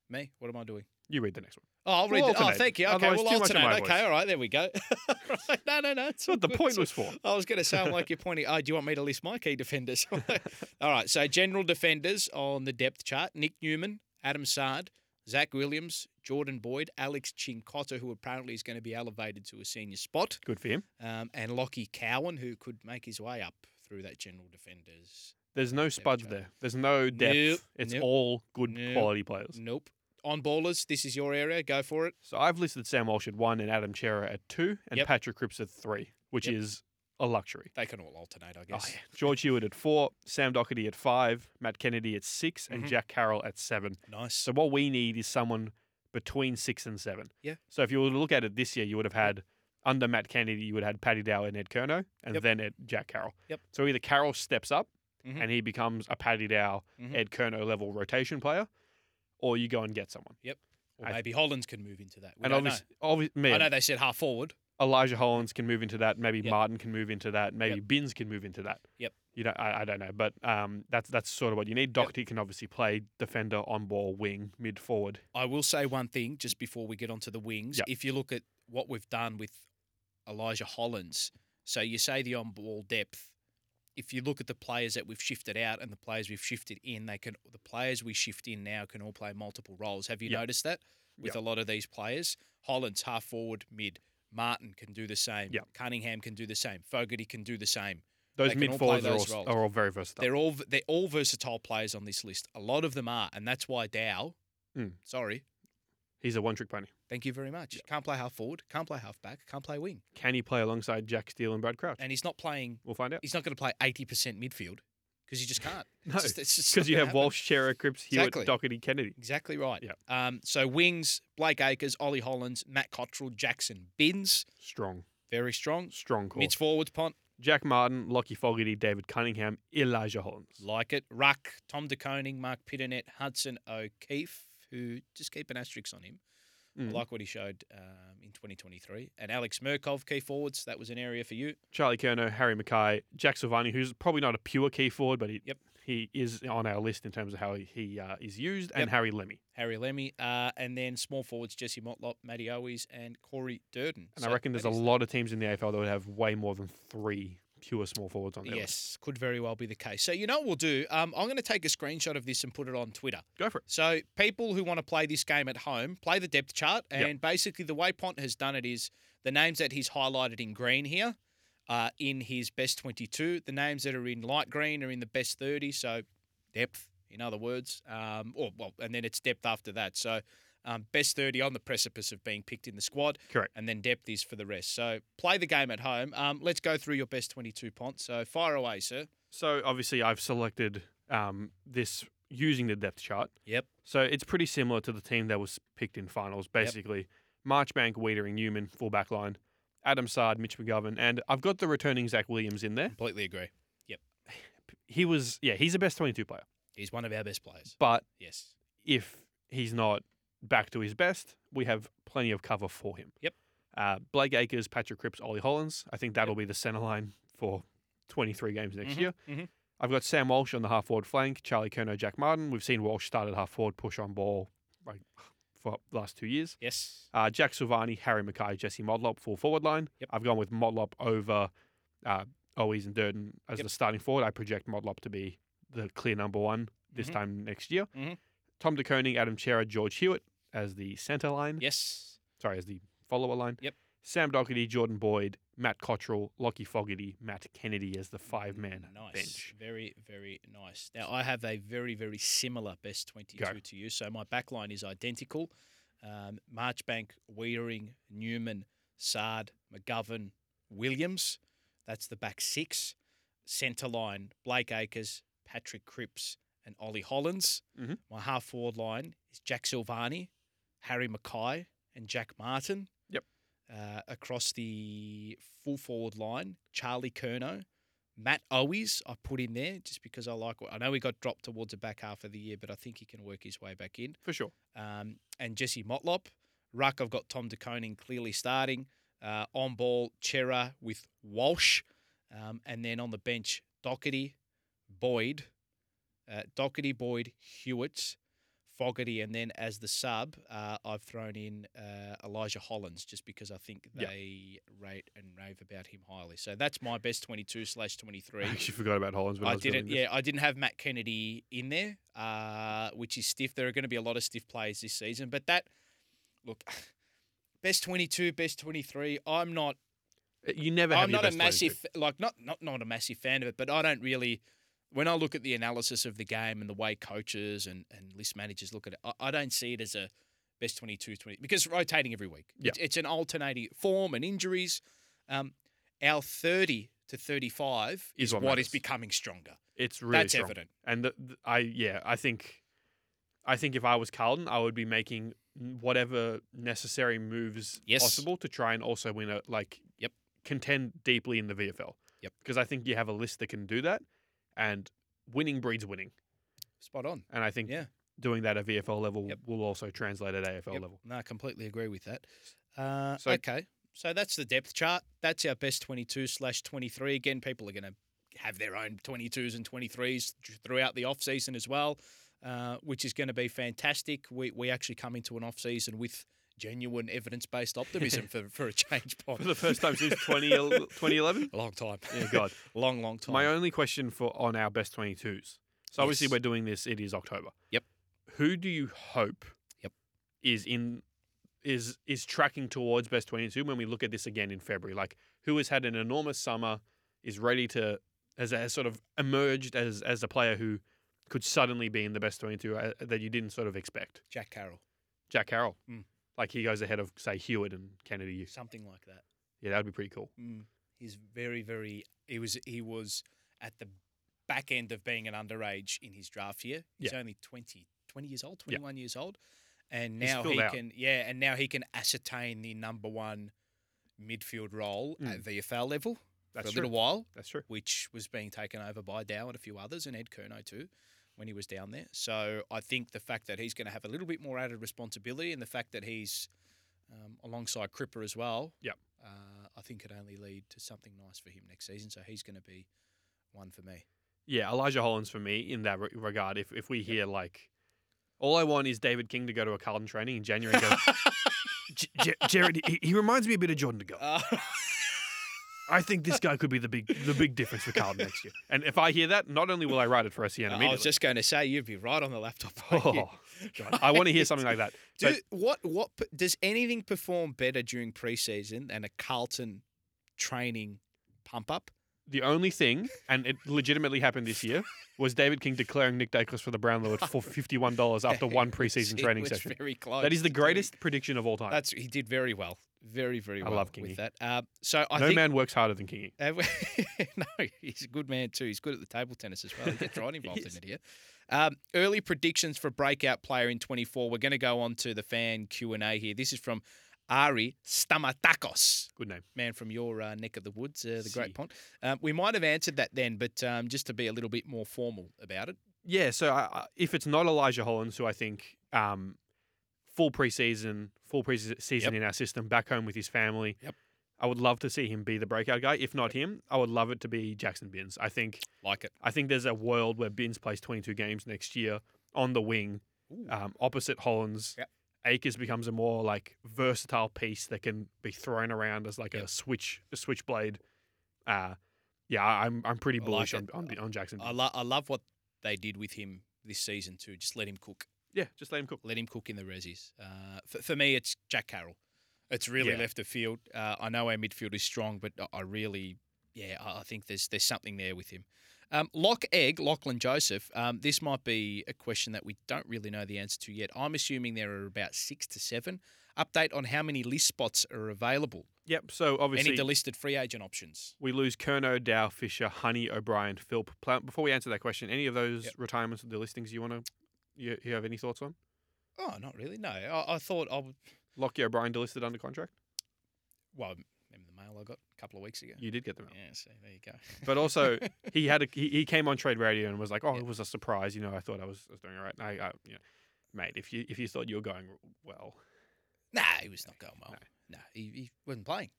Speaker 1: Me. What am I doing?
Speaker 2: You read the next one.
Speaker 1: Oh, I'll read.
Speaker 2: We'll
Speaker 1: the, oh,
Speaker 2: alternate.
Speaker 1: thank you. Okay,
Speaker 2: Otherwise,
Speaker 1: we'll
Speaker 2: too much of
Speaker 1: alternate.
Speaker 2: my
Speaker 1: Okay,
Speaker 2: voice.
Speaker 1: all right. There we go. Right, No, no, no. It's
Speaker 2: That's what
Speaker 1: all
Speaker 2: the
Speaker 1: good. It's
Speaker 2: point
Speaker 1: all-
Speaker 2: was for.
Speaker 1: I was going to say, I'm like you're pointing. Oh, do you want me to list my key defenders? all right. So general defenders on the depth chart: Nick Newman, Adam Sard, Zach Williams, Jordan Boyd, Alex Chincotta, who apparently is going to be elevated to a senior spot.
Speaker 2: Good for him.
Speaker 1: um, and Lockie Cowan, who could make his way up through that general defenders.
Speaker 2: There's no spuds
Speaker 1: chart.
Speaker 2: there. There's no depth.
Speaker 1: Nope,
Speaker 2: It's
Speaker 1: nope,
Speaker 2: all good
Speaker 1: nope,
Speaker 2: quality players.
Speaker 1: Nope. On ballers, this is your area. Go for it.
Speaker 2: So I've listed Sam Walsh at one and Adam Chera at two and
Speaker 1: Yep.
Speaker 2: Patrick Cripps at three, which
Speaker 1: Yep.
Speaker 2: is a luxury.
Speaker 1: They can all alternate, I
Speaker 2: Oh,
Speaker 1: guess.
Speaker 2: yeah. George Hewitt at four, Sam Doherty at five, Matt Kennedy at 6 and
Speaker 1: Mhm.
Speaker 2: Jack Carroll at seven.
Speaker 1: Nice.
Speaker 2: So what we need is someone between six and seven.
Speaker 1: Yeah.
Speaker 2: So if you were to look at it this year, you would have had under Matt Kennedy, you would have had Paddy Dow and Ed Kerno, and
Speaker 1: Yep.
Speaker 2: then Ed, Jack Carroll.
Speaker 1: Yep.
Speaker 2: So either Carroll steps up
Speaker 1: Mhm.
Speaker 2: and he becomes a Paddy Dow,
Speaker 1: Mhm.
Speaker 2: Ed Kerno level rotation player, or you go and get someone.
Speaker 1: Or
Speaker 2: I-
Speaker 1: maybe Hollands can move into that. We
Speaker 2: and
Speaker 1: don't
Speaker 2: obviously, obviously
Speaker 1: know. I
Speaker 2: man,
Speaker 1: know they said half forward.
Speaker 2: Elijah Hollins can move into that. Maybe
Speaker 1: Yep.
Speaker 2: Martin can move into that. Maybe Binns can move into that.
Speaker 1: Yep.
Speaker 2: You know, I, I don't know, but um, that's that's sort of what you need.
Speaker 1: Yep.
Speaker 2: Doherty can obviously play defender, on ball, wing, mid forward.
Speaker 1: I will say one thing just before we get onto the wings.
Speaker 2: Yep.
Speaker 1: If you look at what we've done with Elijah Hollins, so you say the on ball depth. If you look at the players that we've shifted out and the players we've shifted in, they can the players we shift in now can all play multiple roles. Have you
Speaker 2: Yep.
Speaker 1: noticed that with
Speaker 2: Yep.
Speaker 1: a lot of these players? Hollins half forward, mid. Martin can do the same.
Speaker 2: Yep.
Speaker 1: Cunningham can do the same. Fogarty can do the same.
Speaker 2: Those
Speaker 1: They can
Speaker 2: mid
Speaker 1: all play
Speaker 2: forwards are, all,
Speaker 1: those
Speaker 2: s-
Speaker 1: roles.
Speaker 2: are all very versatile.
Speaker 1: They're all they're all versatile players on this list. A lot of them are, and that's why Dow.
Speaker 2: Mm.
Speaker 1: Sorry,
Speaker 2: He's a one trick pony.
Speaker 1: thank you very much. Can't play half forward. Can't play half back. Can't play wing.
Speaker 2: Can he play alongside Jack Steele and Brad Crouch?
Speaker 1: And he's not playing.
Speaker 2: we'll find out.
Speaker 1: He's not going to play eighty percent midfield because he just can't.
Speaker 2: No,
Speaker 1: because
Speaker 2: because you have Walsh, Chera, Cripps, Hewitt,
Speaker 1: Exactly.
Speaker 2: Doherty, Kennedy.
Speaker 1: Exactly right.
Speaker 2: Yeah.
Speaker 1: Um. So wings: Blake Acres, Ollie Hollins, Matt Cottrell, Jackson Binns.
Speaker 2: Strong,
Speaker 1: Very strong.
Speaker 2: strong call.
Speaker 1: Mids forwards: Pont.
Speaker 2: Jack Martin, Lockie Fogarty, David Cunningham, Elijah Hollins.
Speaker 1: Like it. Ruck, Tom DeConing, Mark Pitternet, Hudson O'Keefe, who just keep an asterisk on him. I
Speaker 2: Mm.
Speaker 1: like what he showed um, in 2023. And Alex Murkov, key forwards, that was an area for you.
Speaker 2: Charlie Kerno, Harry Mackay, Jack Silvani, who's probably not a pure key forward, but he
Speaker 1: Yep.
Speaker 2: he is on our list in terms of how he, he uh, is used,
Speaker 1: Yep.
Speaker 2: and Harry Lemmy.
Speaker 1: Harry Lemmy, uh, and then small forwards Jesse Motlop, Matty Owies, and Corey Durden.
Speaker 2: And
Speaker 1: So
Speaker 2: I reckon
Speaker 1: that
Speaker 2: there's a
Speaker 1: is-
Speaker 2: lot of teams in the AFL that would have way more than three pure small forwards on their list.
Speaker 1: Yes, could very well be the case. So you know what we'll do? Um, I'm going to take a screenshot of this and put it on Twitter.
Speaker 2: Go for it.
Speaker 1: So people who want to play this game at home, play the depth chart,
Speaker 2: Yep.
Speaker 1: and basically the way Pont has done it is the names that he's highlighted in green here, uh, in his best twenty-two. The names that are in light green are in the best thirty. So depth, in other words, um, or well, and then it's depth after that. So um, best thirty on the precipice of being picked in the squad.
Speaker 2: Correct.
Speaker 1: And then depth is for the rest. So play the game at home. Um, let's go through your best twenty-two, Pont. So fire away, sir.
Speaker 2: So obviously, I've selected um, this using the depth chart.
Speaker 1: Yep.
Speaker 2: So it's pretty similar to the team that was picked in finals. Basically, Marchbank, Weeder, and Newman, full back line, Adam Sard, Mitch McGovern, and I've got the returning Zach Williams in there.
Speaker 1: Completely agree.
Speaker 2: He was, yeah, he's the best 22 player,
Speaker 1: He's one of our best players.
Speaker 2: but
Speaker 1: Yes.
Speaker 2: if he's not back to his best, we have plenty of cover for him.
Speaker 1: Yep.
Speaker 2: Uh, Blake Acres, Patrick Cripps, Ollie Hollins. I think that'll be the centre line for 23 games next
Speaker 1: Mhm,
Speaker 2: year.
Speaker 1: mhm.
Speaker 2: I've got Sam Walsh on the half forward flank, Charlie Kerno, Jack Martin. We've seen Walsh start at half forward, push on ball like for the last two years.
Speaker 1: Yes.
Speaker 2: Uh, Jack Silvani, Harry Mackay, Jesse Modlop, full forward line.
Speaker 1: Yep.
Speaker 2: I've gone with Modlop over uh, Owies and Durden as
Speaker 1: Yep.
Speaker 2: the starting forward. I project Modlop to be the clear number one this
Speaker 1: Mhm.
Speaker 2: time next year.
Speaker 1: Mhm.
Speaker 2: Tom DeConing, Adam Chera, George Hewitt as the centre line.
Speaker 1: Yes.
Speaker 2: Sorry, as the follower line.
Speaker 1: Yep.
Speaker 2: Sam Doherty, Jordan Boyd, Matt Cottrell, Lockie Fogarty, Matt Kennedy as the five man
Speaker 1: Mm, nice.
Speaker 2: bench.
Speaker 1: Very, very nice. Now, I have a very, very similar best 22
Speaker 2: Go.
Speaker 1: to you. So my back line is identical. Um, Marchbank, Weering, Newman, Sard, McGovern, Williams. That's the back six. Centre line, Blake Acres, Patrick Cripps, and Ollie Hollins.
Speaker 2: Mhm.
Speaker 1: My half forward line is Jack Silvani, Harry Mackay, and Jack Martin.
Speaker 2: Yep.
Speaker 1: Uh, across the full forward line, Charlie Kerno, Matt Owies, I put him there just because I like. I know he got dropped towards the back half of the year, but I think he can work his way back in.
Speaker 2: For sure.
Speaker 1: Um, and Jesse Motlop, ruck. I've got Tom DeConing clearly starting uh, on ball. Chera with Walsh, um, and then on the bench Doherty, Boyd, uh, Doherty, Boyd, Hewitt, Fogarty, and then as the sub, uh, I've thrown in uh, Elijah Hollins just because I think
Speaker 2: Yeah.
Speaker 1: they rate and rave about him highly. So that's my best twenty-two slash
Speaker 2: I
Speaker 1: twenty-three.
Speaker 2: actually forgot about Hollins. When I,
Speaker 1: I
Speaker 2: was
Speaker 1: didn't.
Speaker 2: doing this.
Speaker 1: Yeah, I didn't have Matt Kennedy in there, uh, which is stiff. There are going to be a lot of stiff plays this season, but that look, best twenty-two, best twenty-three. I'm not.
Speaker 2: You never have
Speaker 1: I'm
Speaker 2: your
Speaker 1: not a
Speaker 2: best 22.
Speaker 1: massive like not not not a massive fan of it, but I don't really. When I look at the analysis of the game and the way coaches and, and list managers look at it, I, I don't see it as a best 22, 20, because rotating every week.
Speaker 2: Yeah.
Speaker 1: It's, it's an alternating form and injuries. Um, our 30 to 35
Speaker 2: Is
Speaker 1: is
Speaker 2: what
Speaker 1: what is
Speaker 2: matters.
Speaker 1: becoming stronger.
Speaker 2: It's really
Speaker 1: That's
Speaker 2: strong.
Speaker 1: evident.
Speaker 2: And the, the- I yeah, I think I think if I was Carlton, I would be making whatever necessary moves
Speaker 1: Yes.
Speaker 2: possible to try and also win a like
Speaker 1: Yep.
Speaker 2: contend deeply in the VFL.
Speaker 1: Yep.
Speaker 2: Because I think you have a list that can do that, and winning breeds winning,
Speaker 1: Spot on.
Speaker 2: and I think
Speaker 1: Yeah.
Speaker 2: doing that at VFL level
Speaker 1: Yep.
Speaker 2: will also translate at AFL
Speaker 1: Yep.
Speaker 2: level.
Speaker 1: No, I completely agree with that. Uh,
Speaker 2: So-
Speaker 1: okay. So that's the depth chart. That's our best 22 slash 23. Again, people are going to have their own 22s and 23s th- throughout the off season as well, uh, which is going to be fantastic. We, we actually come into an off season with genuine evidence based optimism for, for a change. Pod.
Speaker 2: For the first time since 20, el- 2011?
Speaker 1: a long time.
Speaker 2: Yeah, God.
Speaker 1: long, long time.
Speaker 2: My only question for on our best 22s. So obviously
Speaker 1: Yes.
Speaker 2: we're doing this. It is October.
Speaker 1: Yep.
Speaker 2: Who do you hope?
Speaker 1: Yep.
Speaker 2: Is in is is tracking towards best 22 when we look at this again in February? Like who has had an enormous summer, is ready to has, has sort of emerged as as a player who could suddenly be in the best 22 uh, that you didn't sort of expect.
Speaker 1: Jack Carroll,
Speaker 2: Jack Carroll.
Speaker 1: Mm.
Speaker 2: Like he goes ahead of say Hewitt and Kennedy.
Speaker 1: something like that.
Speaker 2: Yeah, that would be pretty cool.
Speaker 1: Mm. He's very, very. He was. He was at the back end of being an underage in his draft year. He's only 20, 20 years old,
Speaker 2: Yeah.
Speaker 1: twenty one years old, and
Speaker 2: He's
Speaker 1: now
Speaker 2: filled
Speaker 1: he
Speaker 2: out.
Speaker 1: can. Yeah, and now he can ascertain the number one midfield role at VFL level
Speaker 2: Mm. That's
Speaker 1: for a
Speaker 2: true.
Speaker 1: little while,
Speaker 2: That's true.
Speaker 1: which was being taken over by Dow and a few others, and Ed Kerno too. When he was down there, so I think the fact that he's going to have a little bit more added responsibility, and the fact that he's um, alongside Cripper as well, uh, I think could only lead to something nice for him next season. So he's going to be one for me.
Speaker 2: Yeah, Elijah Hollins for me in that re- regard. If if we hear like, all I want is David King to go to a Carlton training in January. and go, "J- J- Jared, he, he reminds me a bit of Jordan Go. I think this guy could be the big the big difference for Carlton next year. And if I hear that, not only will I write it for SEN
Speaker 1: I was
Speaker 2: immediately.
Speaker 1: Oh, just going to say you'd be right on the laptop. won't you?
Speaker 2: Oh, I want to hear something like that.
Speaker 1: Do,
Speaker 2: But-
Speaker 1: what what p- does anything perform better during preseason than a Carlton training pump up?
Speaker 2: The only thing, and it legitimately happened this year, was David King declaring Nick Dacos for the Brownlow at for fifty one dollars after one preseason
Speaker 1: It
Speaker 2: training
Speaker 1: was
Speaker 2: session.
Speaker 1: Very close.
Speaker 2: That is the
Speaker 1: to-
Speaker 2: greatest prediction of all time.
Speaker 1: That's he did very well, very very
Speaker 2: I
Speaker 1: well.
Speaker 2: love
Speaker 1: with
Speaker 2: Kingy.
Speaker 1: that. Uh, so I
Speaker 2: no
Speaker 1: think
Speaker 2: man works harder than Kingy.
Speaker 1: Uh, no, he's a good man too. He's good at the table tennis as well. He gets right involved in
Speaker 2: is.
Speaker 1: it here. Um, early predictions for breakout player in 24. We're going to go on to the fan Q and A here. This is from Ari Stamatakos,
Speaker 2: Good name.
Speaker 1: man from your uh, neck of the woods, uh, the
Speaker 2: Si.
Speaker 1: Great Pond. Um, we might have answered that then, but um, just to be a little bit more formal about it.
Speaker 2: Yeah, so I, I- if it's not Elijah Hollins, who I think um, full preseason, full preseason
Speaker 1: Yep.
Speaker 2: in our system, back home with his family.
Speaker 1: Yep.
Speaker 2: I would love to see him be the breakout guy. If not him, I would love it to be Jackson Binns. I think
Speaker 1: Like it.
Speaker 2: I think there's a world where Binns plays 22 games next year on the wing, um, opposite Hollins.
Speaker 1: Yep.
Speaker 2: Akers becomes a more like versatile piece that can be thrown around as like a
Speaker 1: Yep.
Speaker 2: switch, a switchblade. Uh, yeah, I- I'm I'm pretty
Speaker 1: I
Speaker 2: bullish
Speaker 1: like it.
Speaker 2: on, on on Jackson.
Speaker 1: I,
Speaker 2: Binns.
Speaker 1: lo- I love what they did with him this season too. Just let him cook.
Speaker 2: yeah, just let him cook.
Speaker 1: let him cook in the resis. Uh, for, for me, it's Jack Carroll. It's really
Speaker 2: Yeah.
Speaker 1: left of field. Uh, I know our midfield is strong, but I- I really, yeah, I I think there's there's something there with him. Um, Lock Egg, Lachlan Joseph. Um, this might be a question that we don't really know the answer to yet. I'm assuming there are about six to seven. Update on how many list spots are available.
Speaker 2: Yep. So obviously
Speaker 1: Any delisted free agent options?
Speaker 2: we lose Kerno, Dow, Fisher, Honey, O'Brien, Philp. Plant. Before we answer that question, any of those
Speaker 1: Yep.
Speaker 2: retirements, the listings you want to, you, you have any thoughts on?
Speaker 1: Oh, not really. No, I, I thought I would.
Speaker 2: Lockie O'Brien delisted under contract.
Speaker 1: Well, remember the mail I got a couple of weeks ago.
Speaker 2: You did get them out,
Speaker 1: Yeah, so there you go.
Speaker 2: but also he had a he, he came on trade radio and was like, "Oh,
Speaker 1: Yeah.
Speaker 2: it was a surprise." You know, I thought I was, I was doing all right. And I, I, you know, mate, if you if you thought you were going well,
Speaker 1: Nah, he was not going well. No, he, he wasn't playing.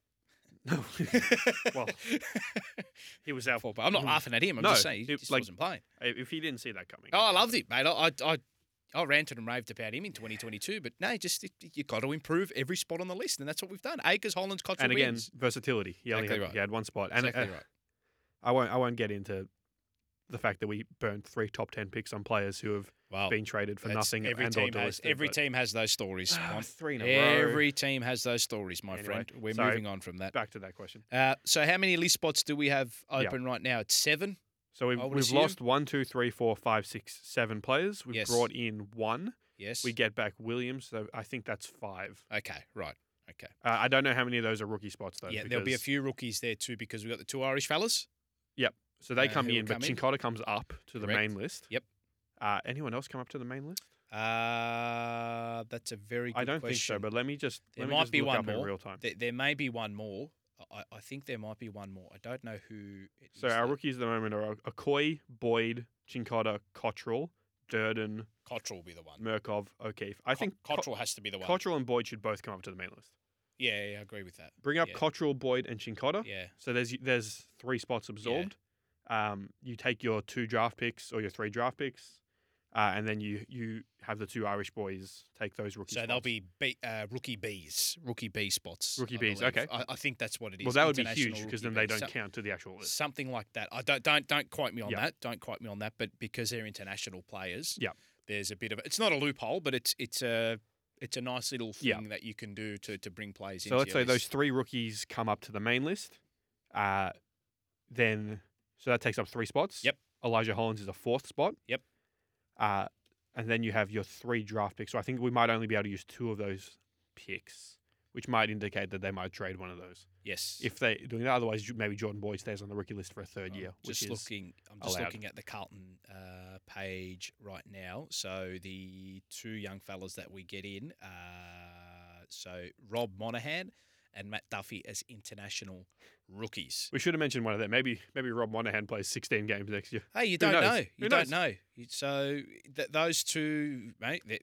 Speaker 2: no, Well, he was out.
Speaker 1: Poor bugger. I'm not
Speaker 2: Mm.
Speaker 1: laughing at him. I'm
Speaker 2: No,
Speaker 1: just saying he
Speaker 2: it-
Speaker 1: just
Speaker 2: like-
Speaker 1: wasn't playing.
Speaker 2: If he didn't see that coming,
Speaker 1: Oh, I loved him, mate. I, I, I, I ranted and raved about him in 2022, but no, just it, you got to improve every spot on the list, and that's what we've done. Acres, Hollands, Cottrell,
Speaker 2: and again,
Speaker 1: wins.
Speaker 2: versatility. He only
Speaker 1: Exactly
Speaker 2: had,
Speaker 1: right.
Speaker 2: he had one spot, and
Speaker 1: exactly
Speaker 2: uh,
Speaker 1: right.
Speaker 2: I won't I won't get into the fact that we burned three top ten picks on players who have
Speaker 1: Wow,
Speaker 2: been traded for
Speaker 1: Oh, That's-
Speaker 2: nothing
Speaker 1: Every
Speaker 2: and
Speaker 1: team
Speaker 2: or
Speaker 1: has
Speaker 2: delisted,
Speaker 1: every
Speaker 2: but-
Speaker 1: team has those stories.
Speaker 2: Ah,
Speaker 1: Mon.
Speaker 2: three in a row.
Speaker 1: every team has those stories, my
Speaker 2: Anyway,
Speaker 1: friend. We're
Speaker 2: so-
Speaker 1: moving on from that.
Speaker 2: Back to that question.
Speaker 1: Uh, so, how many list spots do we have
Speaker 2: Yeah.
Speaker 1: open right now? It's seven.
Speaker 2: So we've,
Speaker 1: I would
Speaker 2: we've
Speaker 1: assume-
Speaker 2: lost one, two, three, four, five, six, seven players. We've
Speaker 1: Yes.
Speaker 2: brought in one.
Speaker 1: Yes.
Speaker 2: We get back Williams. So I think that's five.
Speaker 1: okay. Right. Okay.
Speaker 2: Uh, I don't know how many of those are rookie spots though.
Speaker 1: Yeah, there'll be a
Speaker 2: because-
Speaker 1: few rookies there too because we've got the two Irish fellas.
Speaker 2: So they
Speaker 1: uh,
Speaker 2: come
Speaker 1: who will
Speaker 2: in, but
Speaker 1: come in.
Speaker 2: Chincotta comes up to the
Speaker 1: Correct.
Speaker 2: main list.
Speaker 1: Yep.
Speaker 2: Uh, anyone else come up to the main list?
Speaker 1: Uh, that's a very good
Speaker 2: I don't think so,
Speaker 1: question.
Speaker 2: but let me just.
Speaker 1: There
Speaker 2: let me
Speaker 1: might
Speaker 2: just
Speaker 1: be
Speaker 2: look
Speaker 1: one
Speaker 2: up in
Speaker 1: more.
Speaker 2: real time.
Speaker 1: There, there may be one more. I, I think there might be one more. I don't know who. it
Speaker 2: So
Speaker 1: is
Speaker 2: our
Speaker 1: though.
Speaker 2: rookies at the moment are Okoy, Boyd, Chincotta, Cottrell, Durden,
Speaker 1: Cottrell will be the one.
Speaker 2: Murkov, O'Keefe. I think Co-
Speaker 1: Cottrell has to be the one.
Speaker 2: Cottrell and Boyd should both come up to the main list.
Speaker 1: Yeah, yeah, I agree with that.
Speaker 2: Bring up
Speaker 1: Yeah.
Speaker 2: Cottrell, Boyd, and Chincotta.
Speaker 1: Yeah,
Speaker 2: So there's there's three spots absorbed. Um, you take your two draft picks or your three draft picks, uh, and then you you have the two Irish boys take those rookies.
Speaker 1: so they'll be B, uh, rookie Bs, rookie B spots.
Speaker 2: Rookie
Speaker 1: I
Speaker 2: Bs,
Speaker 1: believe.
Speaker 2: okay.
Speaker 1: I, I think that's what it is.
Speaker 2: well, that would be
Speaker 1: international
Speaker 2: huge because
Speaker 1: rookie
Speaker 2: then they
Speaker 1: Bs.
Speaker 2: don't
Speaker 1: So-
Speaker 2: count to the actual list.
Speaker 1: something like that. I don't don't don't quote me on
Speaker 2: Yeah.
Speaker 1: that. Don't quote me on that. But because they're international players,
Speaker 2: Yeah.
Speaker 1: there's a bit of it's not a loophole, but it's it's a it's a nice little
Speaker 2: Yeah.
Speaker 1: thing that you can do to to bring players.
Speaker 2: So
Speaker 1: into
Speaker 2: let's
Speaker 1: your
Speaker 2: say those
Speaker 1: list.
Speaker 2: three rookies come up to the main list. Uh, then, so that takes up three spots.
Speaker 1: Yep.
Speaker 2: Elijah Hollins is a fourth spot.
Speaker 1: Yep.
Speaker 2: Uh, and then you have your three draft picks. So I think we might only be able to use two of those picks, which might indicate that they might trade one of those.
Speaker 1: yes.
Speaker 2: If they doing that, otherwise ju- maybe Jordan Boyd stays on the rookie list for a third
Speaker 1: I'm
Speaker 2: year.
Speaker 1: Oh, just
Speaker 2: Which is,
Speaker 1: looking, I'm just
Speaker 2: allowed.
Speaker 1: looking at the Carlton uh, page right now. So the two young fellas that we get in, uh, so Rob Monahan and Matt Duffy as international rookies.
Speaker 2: We should have mentioned one of them. Maybe maybe Rob Monahan plays 16 games next year.
Speaker 1: Hey, you
Speaker 2: Who
Speaker 1: don't
Speaker 2: knows?
Speaker 1: know. You
Speaker 2: Who
Speaker 1: don't
Speaker 2: knows?
Speaker 1: know. You- So th- those two, mate. That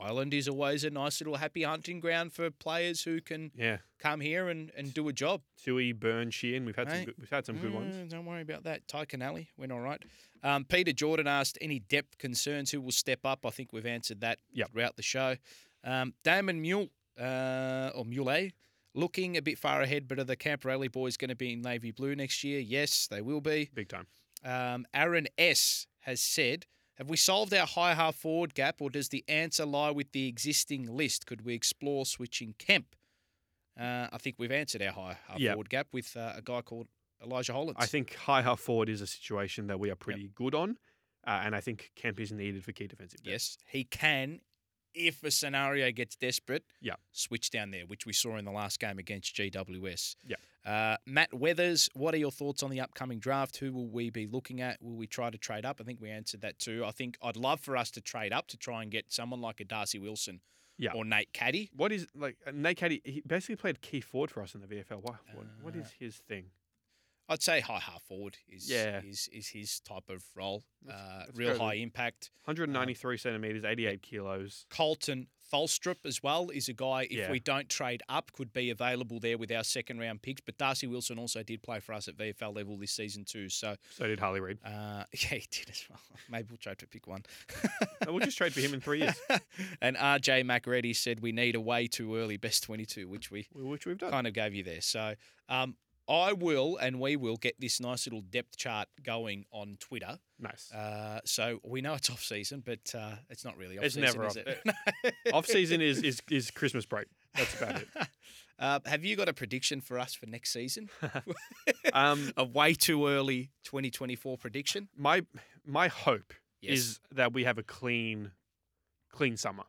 Speaker 1: Ireland is always a nice little happy hunting ground for players who can
Speaker 2: Yeah.
Speaker 1: come here and, and do a job.
Speaker 2: Tui, Byrne, Sheehan. We've had some
Speaker 1: Right.
Speaker 2: good, we've had some good ones.
Speaker 1: Mm, Don't worry about that. Ty Canali went all right. Um, Peter Jordan asked any depth concerns. Who will step up? I think we've answered that
Speaker 2: Yep.
Speaker 1: throughout the show. Um, Damon Mule uh, or Mule. Looking a bit far ahead, but are the Camp Rally boys going to be in navy blue next year? Yes, they will be.
Speaker 2: Big time.
Speaker 1: Um, Aaron S has said, "Have we solved our high half forward gap, or does the answer lie with the existing list? Could we explore switching Kemp?" Uh, I think we've answered our high half
Speaker 2: Yeah.
Speaker 1: forward gap with uh, a guy called Elijah Hollins.
Speaker 2: I think high half forward is a situation that we are pretty good on, uh, and I think Kemp is needed for key defensive. depth.
Speaker 1: yes, he can. If a scenario gets desperate,
Speaker 2: Yeah.
Speaker 1: switch down there, which we saw in the last game against GWS.
Speaker 2: Yeah.
Speaker 1: Uh, Matt Weathers, what are your thoughts on the upcoming draft? Who will we be looking at? Will we try to trade up? I think we answered that too. I think I'd love for us to trade up to try and get someone like a Darcy Wilson
Speaker 2: Yeah.
Speaker 1: or Nate Caddy.
Speaker 2: What is like uh, Nate Caddy? He basically played key forward for us in the VFL. What what, what
Speaker 1: Uh,
Speaker 2: is his thing?
Speaker 1: I'd say high half forward is
Speaker 2: Yeah.
Speaker 1: is, is his type of role.
Speaker 2: Let's-
Speaker 1: uh,
Speaker 2: let's
Speaker 1: real
Speaker 2: go to-
Speaker 1: high impact.
Speaker 2: 193 centimeters, 88 kilos.
Speaker 1: Colton Tholstrup as well is a guy, if
Speaker 2: Yeah.
Speaker 1: we don't trade up, could be available there with our second round picks. But Darcy Wilson also did play for us at VFL level this season too. So,
Speaker 2: So did Harley Reid.
Speaker 1: uh, yeah, he did as well. Maybe we'll try to pick one.
Speaker 2: Uh, we'll just trade for him in three years,
Speaker 1: and RJ Macready said we need a way too early best 22, which we
Speaker 2: which we've done.
Speaker 1: kind of gave you there. So um, I will and we will get this nice little depth chart going on Twitter.
Speaker 2: Nice.
Speaker 1: Uh, so we know it's off season, but uh, it's not really off
Speaker 2: It's
Speaker 1: season.
Speaker 2: never
Speaker 1: is
Speaker 2: off-
Speaker 1: it?
Speaker 2: Off season is is is Christmas break. That's about it.
Speaker 1: Uh, have you got a prediction for us for next season?
Speaker 2: Um,
Speaker 1: A way too early 2024 prediction?
Speaker 2: my my hope
Speaker 1: Yes.
Speaker 2: is that we have a clean, clean summer.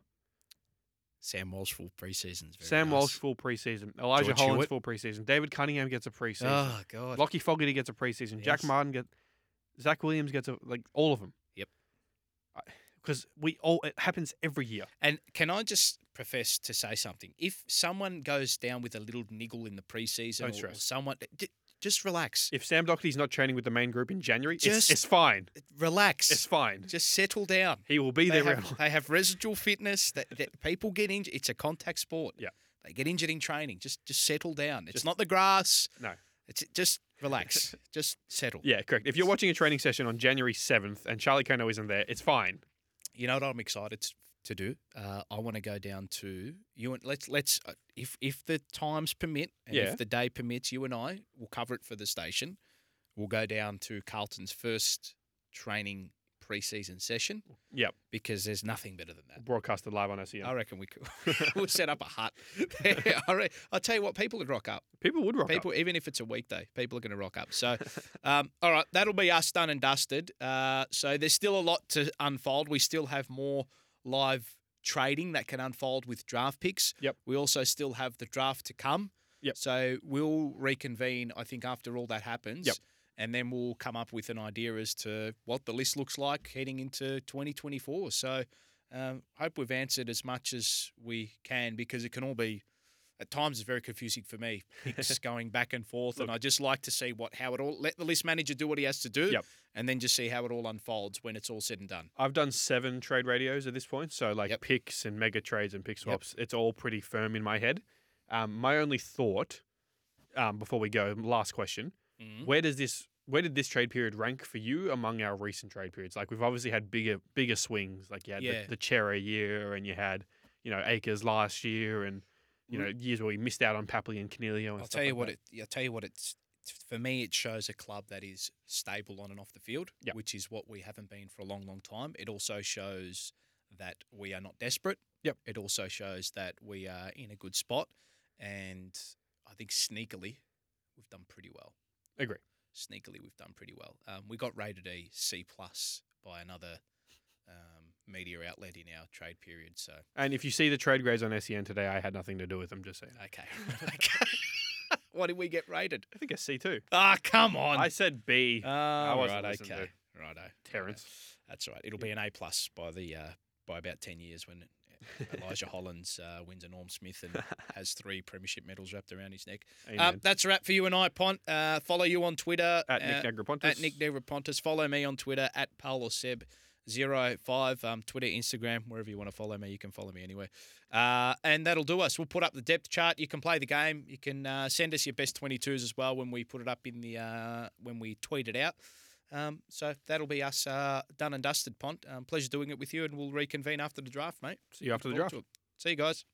Speaker 1: Sam Walsh full preseasons. Very
Speaker 2: Sam
Speaker 1: nice.
Speaker 2: Walsh full preseason. Elijah
Speaker 1: George
Speaker 2: Hollins
Speaker 1: Hewitt.
Speaker 2: full preseason. David Cunningham gets a preseason.
Speaker 1: Oh God.
Speaker 2: Lockie Fogarty gets a preseason.
Speaker 1: Yes.
Speaker 2: Jack Martin get, Zach Williams gets a like all of them.
Speaker 1: Yep.
Speaker 2: Because we all it happens every year.
Speaker 1: And can I just profess to say something? If someone goes down with a little niggle in the preseason,
Speaker 2: Don't
Speaker 1: or, or
Speaker 2: stress.
Speaker 1: someone j- just relax,
Speaker 2: If Sam Doherty's not training with the main group in January,
Speaker 1: Just-
Speaker 2: it's, it's fine.
Speaker 1: relax,
Speaker 2: It's fine.
Speaker 1: just settle down.
Speaker 2: he will be
Speaker 1: They
Speaker 2: there.
Speaker 1: have,
Speaker 2: round-
Speaker 1: they have residual fitness. That, that people get injured. It's a contact sport.
Speaker 2: Yeah.
Speaker 1: they get injured in training. Just just settle down. It's
Speaker 2: Just-
Speaker 1: not the grass.
Speaker 2: No.
Speaker 1: it's just relax. just settle.
Speaker 2: yeah, correct. If you're watching a training session on January 7th and Charlie Kono isn't there, it's fine.
Speaker 1: you know what I'm excited t- to do? Uh, I want to go down to you and let's let's uh, if if the times permit and
Speaker 2: Yeah.
Speaker 1: if the day permits, you and I will cover it for the station. We'll go down to Carlton's first training preseason session
Speaker 2: Yep.
Speaker 1: because there's nothing better than that.
Speaker 2: Broadcasted live on E SEN.
Speaker 1: I reckon we could. we'll set up a hut. I re- I'll tell you what, people would rock up.
Speaker 2: People would rock up.
Speaker 1: People, even if it's a weekday, people are going to rock up. So, um, all right, that'll be us done and dusted. Uh, so there's still a lot to unfold. We still have more live trading that can unfold with draft picks.
Speaker 2: Yep.
Speaker 1: We also still have the draft to come.
Speaker 2: Yep.
Speaker 1: So we'll reconvene. I think after all that happens.
Speaker 2: Yep.
Speaker 1: And then we'll come up with an idea as to what the list looks like heading into 2024. So Um, hope we've answered as much as we can because it can all be, at times, it's very confusing for me. It's going back and forth, and
Speaker 2: Look.
Speaker 1: I just like to see what how it all. Let the list manager do what he has to do,
Speaker 2: Yep.
Speaker 1: and then just see how it all unfolds when it's all said and done.
Speaker 2: I've done seven trade radios at this point, so like
Speaker 1: Yep.
Speaker 2: picks and mega trades and pick swaps, it's all pretty firm in my head. Um, my only thought, um, before we go, last question:
Speaker 1: Mhm.
Speaker 2: Where does this, where did this trade period rank for you among our recent trade periods? Like we've obviously had bigger, bigger swings. Like you had
Speaker 1: Yeah.
Speaker 2: the, the Cherry year, and you had, you know, Acres last year, and you
Speaker 1: Re-
Speaker 2: know, years where we missed out on Papley and Cornelio. And
Speaker 1: Hmm? I'll
Speaker 2: stuff
Speaker 1: tell you
Speaker 2: like
Speaker 1: what
Speaker 2: that.
Speaker 1: it. I'll tell you what it's. For me, it shows a club that is stable on and off the field,
Speaker 2: Yep.
Speaker 1: which is what we haven't been for a long, long time. It also shows that we are not desperate.
Speaker 2: Yep.
Speaker 1: It also shows that we are in a good spot, and I think sneakily, we've done pretty well.
Speaker 2: Agree.
Speaker 1: Sneakily, we've done pretty well. Um, we got rated a C plus by another um, media outlet in our trade period. So
Speaker 2: And if you see the trade grades on SEN today, I had nothing to do with them. Just saying.
Speaker 1: okay, okay. what did we get rated?
Speaker 2: I think I see too.
Speaker 1: Ah, come on.
Speaker 2: I said B.
Speaker 1: Oh,
Speaker 2: wasn't
Speaker 1: right,
Speaker 2: listening
Speaker 1: okay. Righto.
Speaker 2: Terrence.
Speaker 1: That's all right. It'll be an A plus by the uh, by about ten years when Elijah Hollands uh, wins a Norm Smith and has three premiership medals wrapped around his neck. Uh,
Speaker 2: Amen.
Speaker 1: that's a wrap for you and I, Pont. Uh, follow you on Twitter
Speaker 2: at
Speaker 1: uh,
Speaker 2: Nick Negroponte.
Speaker 1: at Nick Negropontis. Follow me on Twitter at Pal or Seb. Zero five um, Twitter, Instagram, wherever you want to follow me, you can follow me anywhere, uh, and that'll do us. We'll put up the depth chart. You can play the game. You can uh, send us your best twenty twos as well when we put it up in the uh, when we tweet it out. Um, so that'll be us uh, done and dusted, Pont. Um, pleasure doing it with you, and we'll reconvene after the draft, mate.
Speaker 2: See you after the
Speaker 1: Look
Speaker 2: draft.
Speaker 1: to it. See you guys.